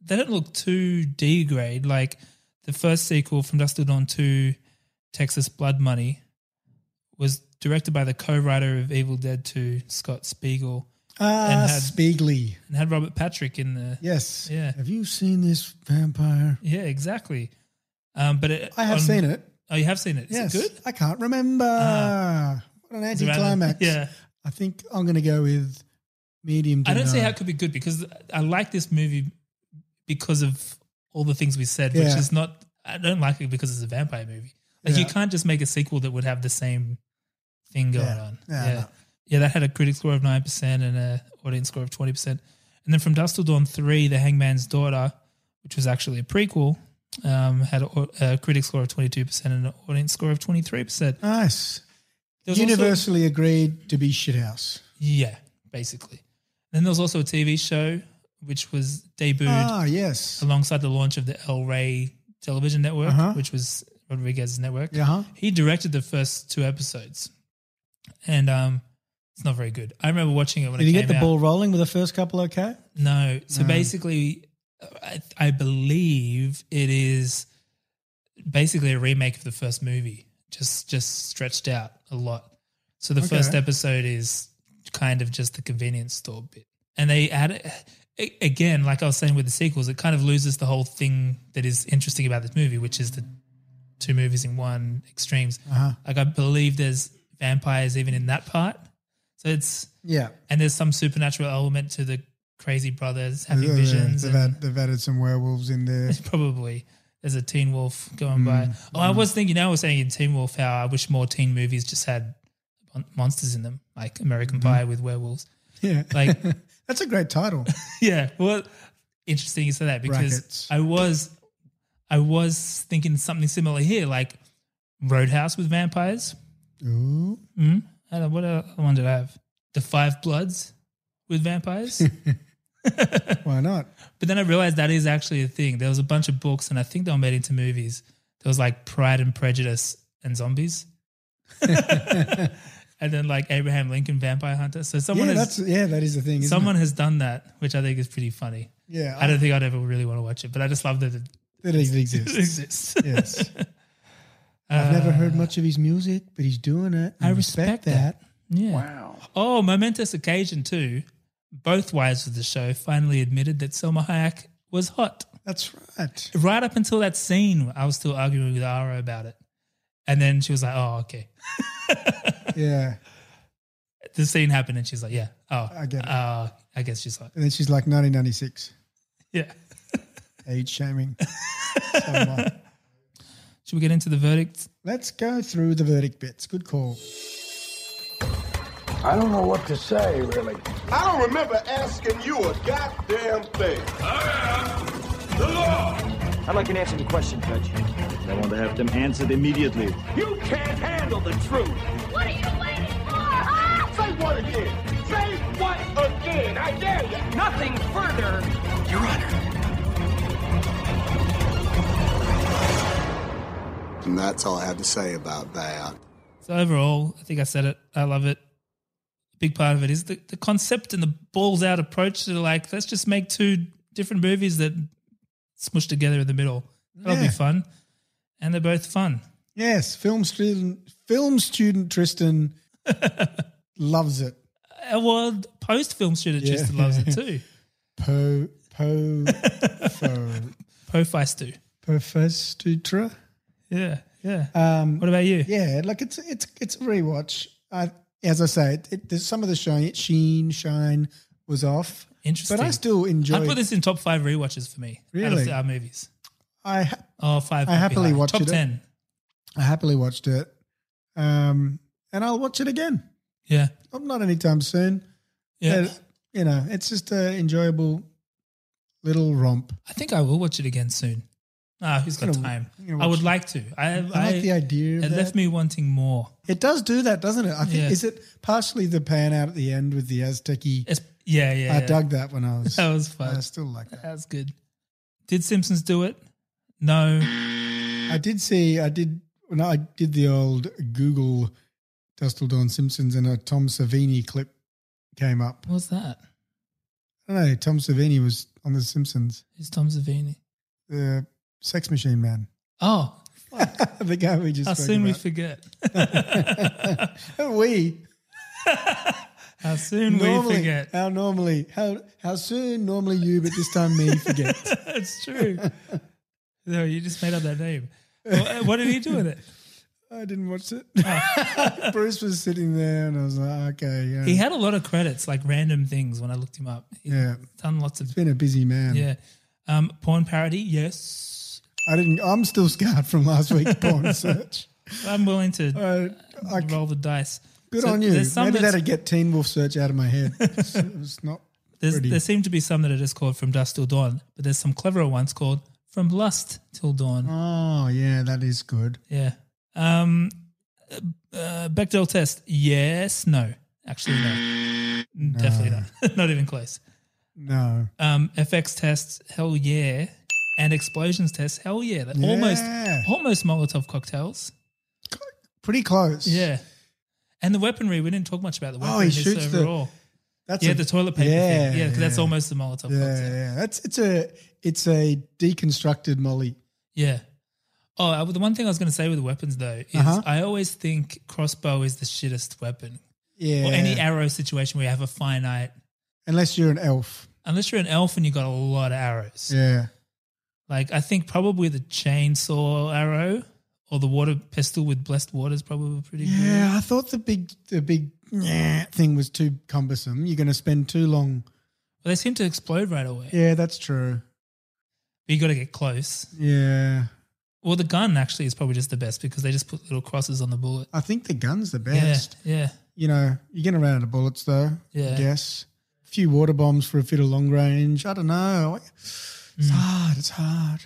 they don't look too D grade. Like the first sequel from Dust Till Dawn Two, Texas Blood Money, was directed by the co-writer of Evil Dead Two, Scott Spiegel,
Ah,
and had
Spiegley.
and had Robert Patrick in the
Yes.
yeah
Have you seen this vampire?
yeah exactly. Um, but it,
I have seen it.
Oh, you have seen it. Is
yes.
it good?
I can't remember.
Ah.
what an
It's around-
anticlimax.
Yeah.
I think I'm going to go with medium. To
I don't see
high.
how it could be good because I like this movie because of all the things we said, which
Yeah.
is not. I don't like it because it's a vampire movie. Like you
Yeah.
can't just make a sequel that would have the same thing going
Yeah.
on.
Yeah,
yeah,
no.
yeah. That had a critic score of nine percent and a audience score of twenty percent. And then from Dust Till Dawn three, The Hangman's Daughter, which was actually a prequel, um, had a, au- a critic score of twenty two percent and an audience score of twenty three percent.
Nice.
There was also-
Universally agreed to be shithouse.
Yeah, basically. Then there was also a TV show which was debuted.
Ah, yes.
Alongside the launch of the El Rey television network,
Uh-huh.
which was Rodriguez's network.
Yeah, huh?
He directed the first two episodes, and um, it's not very good. I remember watching it when
Did
it
you
came
get the
out.
ball rolling with the first couple? Okay.
No. So
No.
basically, I, I believe it is basically a remake of the first movie, just just stretched out a lot. So the
Okay.
first episode is kind of just the convenience store bit, and they add a- again, like I was saying with the sequels, it kind of loses the whole thing that is interesting about this movie, which is the two movies in one extremes.
Uh-huh.
Like I believe there's vampires even in that part, so it's
Yeah.
and there's some supernatural element to the crazy brothers having
Yeah, yeah,
visions.
They've,
and
had, they've added some werewolves in there.
probably there's a Teen Wolf going
Mm.
by. Oh, I was thinking, I was saying in Teen Wolf how I wish more teen movies just had mon- monsters in them, like American
Mm-hmm.
Pie with werewolves.
Yeah.
Like,
That's a great title.
yeah. Well, interesting you say that because
Brackets.
I was, I was thinking something similar here, like Roadhouse with vampires.
Ooh.
Mm? I don't, what other one did I have? The Five Bloods with vampires.
Why not?
But then I realized that is actually a thing. There was a bunch of books, and I think they were made into movies. There was like Pride and Prejudice and Zombies, and then like Abraham Lincoln Vampire Hunter. So someone
yeah,
has
that's, yeah, that is the thing. Isn't
someone
it?
has done that, which I think is pretty funny.
Yeah,
I, don't think I'd ever really want to watch it, but I just love that it
that it exists.
exists. Uh,
Yes. I've never heard much of his music, but he's doing it.
I respect that. Yeah.
Wow.
Oh, momentous occasion too. Both wives of the show finally admitted that Selma Hayek was hot.
That's right.
Right up until that scene, I was still arguing with Ara about it, and then she was like, "Oh, okay."
Yeah.
The scene happened, and she's like, "Yeah, oh,
I get it.
Uh, I guess she's like,
And then she's like 1996,
yeah."
age shaming. uh,
Should we get into the verdict?
Let's go through the verdict bits. Good call.
I don't know what to say, really.
I don't remember asking you a goddamn thing. the law.
I'd like an answer to the question, Judge. I want to have them answered immediately.
You can't handle the truth. What are you waiting for? Say what again? Say what again? I dare you. Nothing further. Your Honor.
And that's all I have to say about that.
So overall, I think I said it. I love it. A big part of it is the, the concept and the balls out approach to like let's just make two different movies that smush together in the middle. That'll
Yeah.
be fun, and they're both fun.
Yes, film student, film student Tristan loves it.
Uh, well, post film student
Yeah.
Tristan loves it too.
Po po fo
Pofeistu.
profestutra.
Yeah, yeah.
Um,
what about you?
Yeah, like it's it's it's a rewatch. I, as I say, it, it, there's some of the shine, sheen shine was off.
Interesting.
but I still enjoy.
I'd put this in top five rewatches for me. Out of
Really?
our movies.
I ha-
oh five.
I
would be
happily
high.
watched
top
it.
ten.
I happily watched it, um, and I'll watch it again.
Yeah.
I'm not anytime soon.
Yeah.
But, you know, it's just an enjoyable little romp.
I think I will watch it again soon. Ah, who's got
I'm gonna-
time?
I'm gonna
I would
watch it.
like to. I,
I like the idea of
It left
that.
me wanting more.
It does do that, doesn't it? I think
Yeah.
is it partially the pan out at the end with the Azteci.
Yeah, yeah.
I
yeah.
dug that when I was.
That was fun.
I still like that.
That was good. Did Simpsons do it? No.
I did see. I did. When I did the old Google Dustal Dawn Simpsons and a Tom Savini clip came up.
What's that?
I don't know. Tom Savini was on The Simpsons,
It's Tom Savini.
the sex machine man.
Oh,
the guy we just
how
spoke
soon we
about.
forget.
we
how soon we
normally
forget.
how normally how how soon normally you but this time me forget.
That's true. no, you just made up that name. Wha- What did he do with it?
I didn't watch it. Bruce was sitting there, and I was like, okay, yeah.
He had a lot of credits, like random things when I looked him up. He's
Yeah.
done lots of.
been a busy man.
Yeah. Um, porn parody, yes.
I didn't. I'm still scarred from last week's porn search.
I'm willing to roll the dice.
Good
So
on you.
there's some
Maybe
that's-
that'd get Teen Wolf search out of my head. It's, it's not
There's,
pretty.
there seem to be some that are just called From Dusk Till Dawn, but there's some cleverer ones called From Lust Till Dawn.
Oh, yeah, that is good.
Yeah. Um, uh, Bechdel test. Yes, no. Actually, no. Definitely not. not even close.
No.
Um, FX tests. Hell yeah. And explosions tests. Hell yeah. They're Almost,
Yeah.
almost Molotov cocktails.
Pretty close.
Yeah. And the weaponry. We didn't talk much about the weaponry.
Oh, he
just
shoots the-
overall.
that's
yeah,
a-
the toilet paper
Yeah,
thing. Yeah, 'cause that's
yeah.
almost the Molotov
yeah,
cocktail.
yeah. That's it's a it's a deconstructed Molly.
Yeah. Oh, I- the one thing I was going to say with weapons though is
Uh-huh.
I always think crossbow is the shittest weapon.
Yeah.
Or any arrow situation where you have a finite,
Unless you're an elf.
unless you're an elf and you got a lot of arrows.
Yeah.
Like I think probably the chainsaw arrow or the water pistol with blessed water is probably pretty
Yeah, I thought the big the big nyeh thing was too cumbersome. You're going to spend too long.
good. But they seem to explode right away.
Yeah, that's true.
But you got to get close.
Yeah,
Well, the gun actually is probably just the best because they just put little crosses on the bullet.
I think the gun's the best.
Yeah. Yeah.
You know, you're going to run out of bullets though.
Yeah.
I guess a few water bombs for a bit of long range. I don't know.
Mm.
It's hard. It's hard.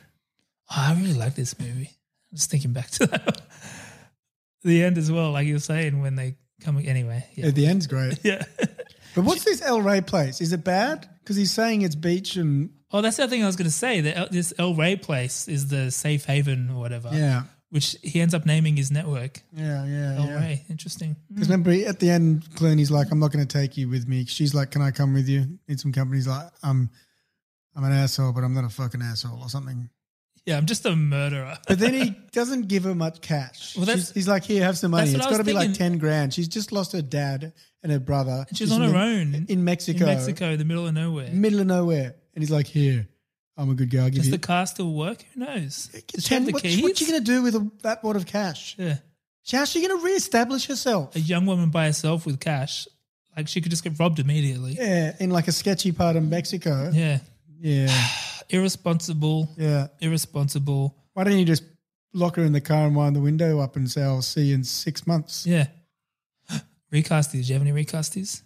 I really like this movie. I'm just thinking back to that. the end as well, like you were saying, when they come anyway. Yeah.
At the end's great.
yeah.
But what's this El Rey place? Is it bad? Because he's saying it's beach and
Oh, that's the other thing I was going to say. That El- this El Rey place is the safe haven or whatever.
Yeah.
Which he ends up naming his network.
yeah, yeah,
El
yeah.
Rey. Interesting.
Because remember, he- at the end, Clooney's like, "I'm not going to take you with me." She's like, "Can I come with you? Need some company." He's like, "I'm, I'm an asshole, but I'm not a fucking asshole or something."
Yeah, I'm just a murderer.
But then he doesn't give her much cash.
Well, that's-
She's- he's like, "Here, have some money.
that's what
It's
I
got to
was
be like
thinking.
ten grand." She's just lost her dad and her brother.
And she's on
in
her
the-
own
in Mexico,
in Mexico, the middle of nowhere.
middle of nowhere, and he's like, "Here, I'm a good guy. I'll give
Does
you
the car still work? Who knows? Does she have
ten.
the
What,
keys?
what you going to do with a, that wad of cash?
Yeah.
How's she going to reestablish herself?
a young woman by herself with cash, like she could just get robbed immediately.
Yeah, in like a sketchy part of Mexico.
Yeah.
Yeah.
Irresponsible.
Yeah.
Irresponsible.
Why don't you just lock her in the car and wind the window up and say, I'll see you in six months?
Yeah. Recasties. Do you have any recasties?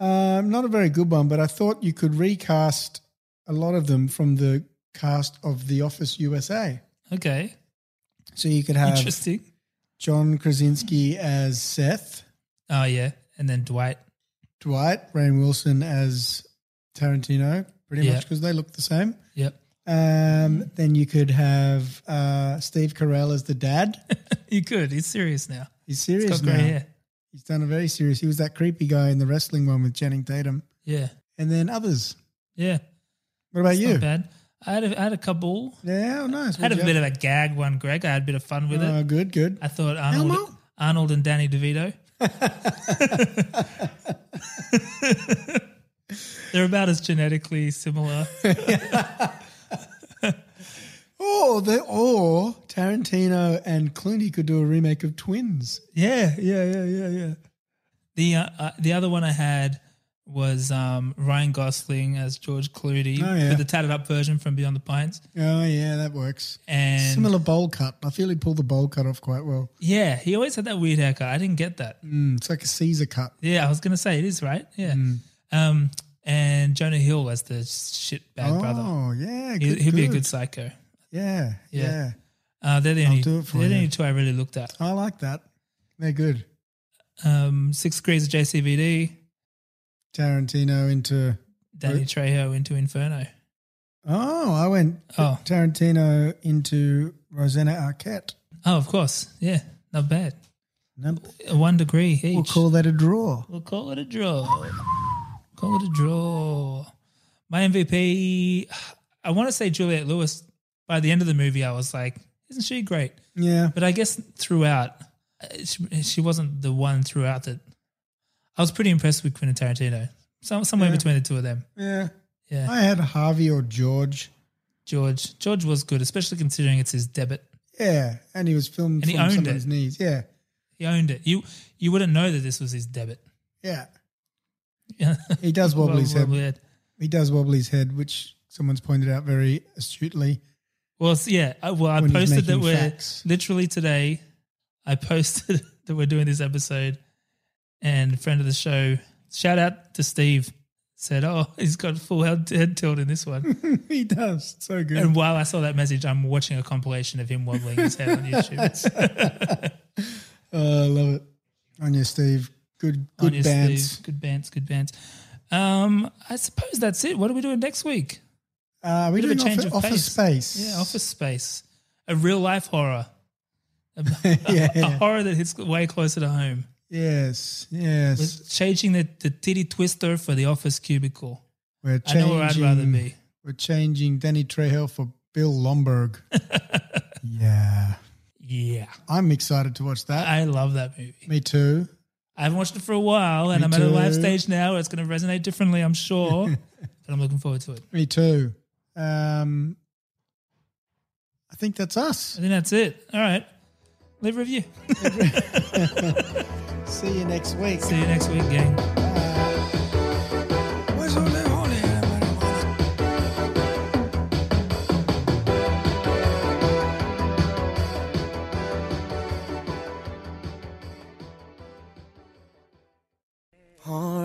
Um, not a very good one, but I thought you could recast a lot of them from the cast of The Office USA.
Okay.
So you could have
Interesting.
John Krasinski as Seth,
Oh yeah. And then Dwight.
Dwight, Rain Wilson as Tarantino, pretty
Yeah.
much because they look the same.
Yep.
Um, then you could have uh, Steve Carell as the dad.
you could. He's serious now.
He's serious
got
now.
grey hair.
He's done a very serious. He was that creepy guy in the wrestling one with Channing Tatum.
Yeah.
And then others.
Yeah.
What about
It's
you?
Not bad. I had a, I had a couple.
Yeah, oh, nice.
I had a
What'd
bit
you
of a gag one, Greg. I had a bit of fun with
Oh,
it.
good, good.
I thought Arnold, Arnold and Danny DeVito. They're about as genetically similar.
Or the or Tarantino and Clooney could do a remake of Twins.
Yeah, yeah, yeah, yeah, yeah. The uh, uh, the other one I had was um, Ryan Gosling as George Clooney
Oh, yeah.
for the tatted up version from Beyond the Pines.
Oh yeah, that works.
And-
similar bowl cut. I feel he pulled the bowl cut off quite well.
Yeah, he always had that weird haircut. I didn't get that.
Mm, it's like a Caesar cut.
Yeah, I was gonna say it is right. Yeah.
Mm.
Um, and Jonah Hill as the shit bad
oh
brother.
yeah,
he,
good,
he'd be a
good.
good psycho.
Yeah, yeah,
Yeah. Uh, they're the
I'll
only
do it for
they're the
you.
only two I really looked at.
I like that. They're good.
Um, Six Degrees of JCVD,
Tarantino into
Danny Trejo into Inferno.
oh, I went
Oh.
Tarantino into Rosanna Arquette.
Oh, of course. Yeah, not bad.
No,
One degree each.
we'll call that a draw.
We'll call it a draw. Call it a draw. My MVP, I want to say Juliette Lewis. By the end of the movie, I was like, isn't she great?
Yeah.
But I guess throughout, uh, she, she wasn't the one throughout that. I was pretty impressed with Quentin Tarantino. Some, somewhere
Yeah.
between the two of them.
Yeah,
Yeah.
I had Harvey or George.
George. George was good, especially considering it's his debut.
Yeah, and he was filmed
And he
from
owned
someone's
it.
knees. Yeah,
He owned it. You you wouldn't know that this was his debut.
yeah. He does wobble
Well,
his head.
wobbly head.
He does wobble his head, which someone's pointed out very astutely.
Well, s- yeah. I- Well, I
When he's
posted that
making
we're
facts.
literally today. I posted that we're doing this episode, and a friend of the show, shout out to Steve, said, "Oh, he's got full head, head tilt in this one."
he does so good.
and while I saw that message, I'm watching a compilation of him wobbling his head on YouTube.
Oh, I love it. On you, Steve. Good,
On
good
your
bands.
sleeve. Good bands. Good bands. Um, I suppose that's it. What are we doing next week?
Uh, are we
Bit
doing office, office space?
Yeah, office space. A real life horror. A, a- a horror that hits way closer to home.
Yes, yes.
We're changing the, the titty twister for the office cubicle. I
We're
know
changing.
where I'd rather be.
We're changing Danny Trejo for Bill Lomberg. yeah,
Yeah.
I'm excited to watch that.
I love that movie.
Me too.
I haven't watched it for a while and
Me
I'm at a live
too.
stage now where it's going to resonate differently, I'm sure. but I'm looking forward to it.
Me too. Um, I think that's us.
I think that's it. All right. Leave a review.
See you next week.
See you next week, gang.
Pour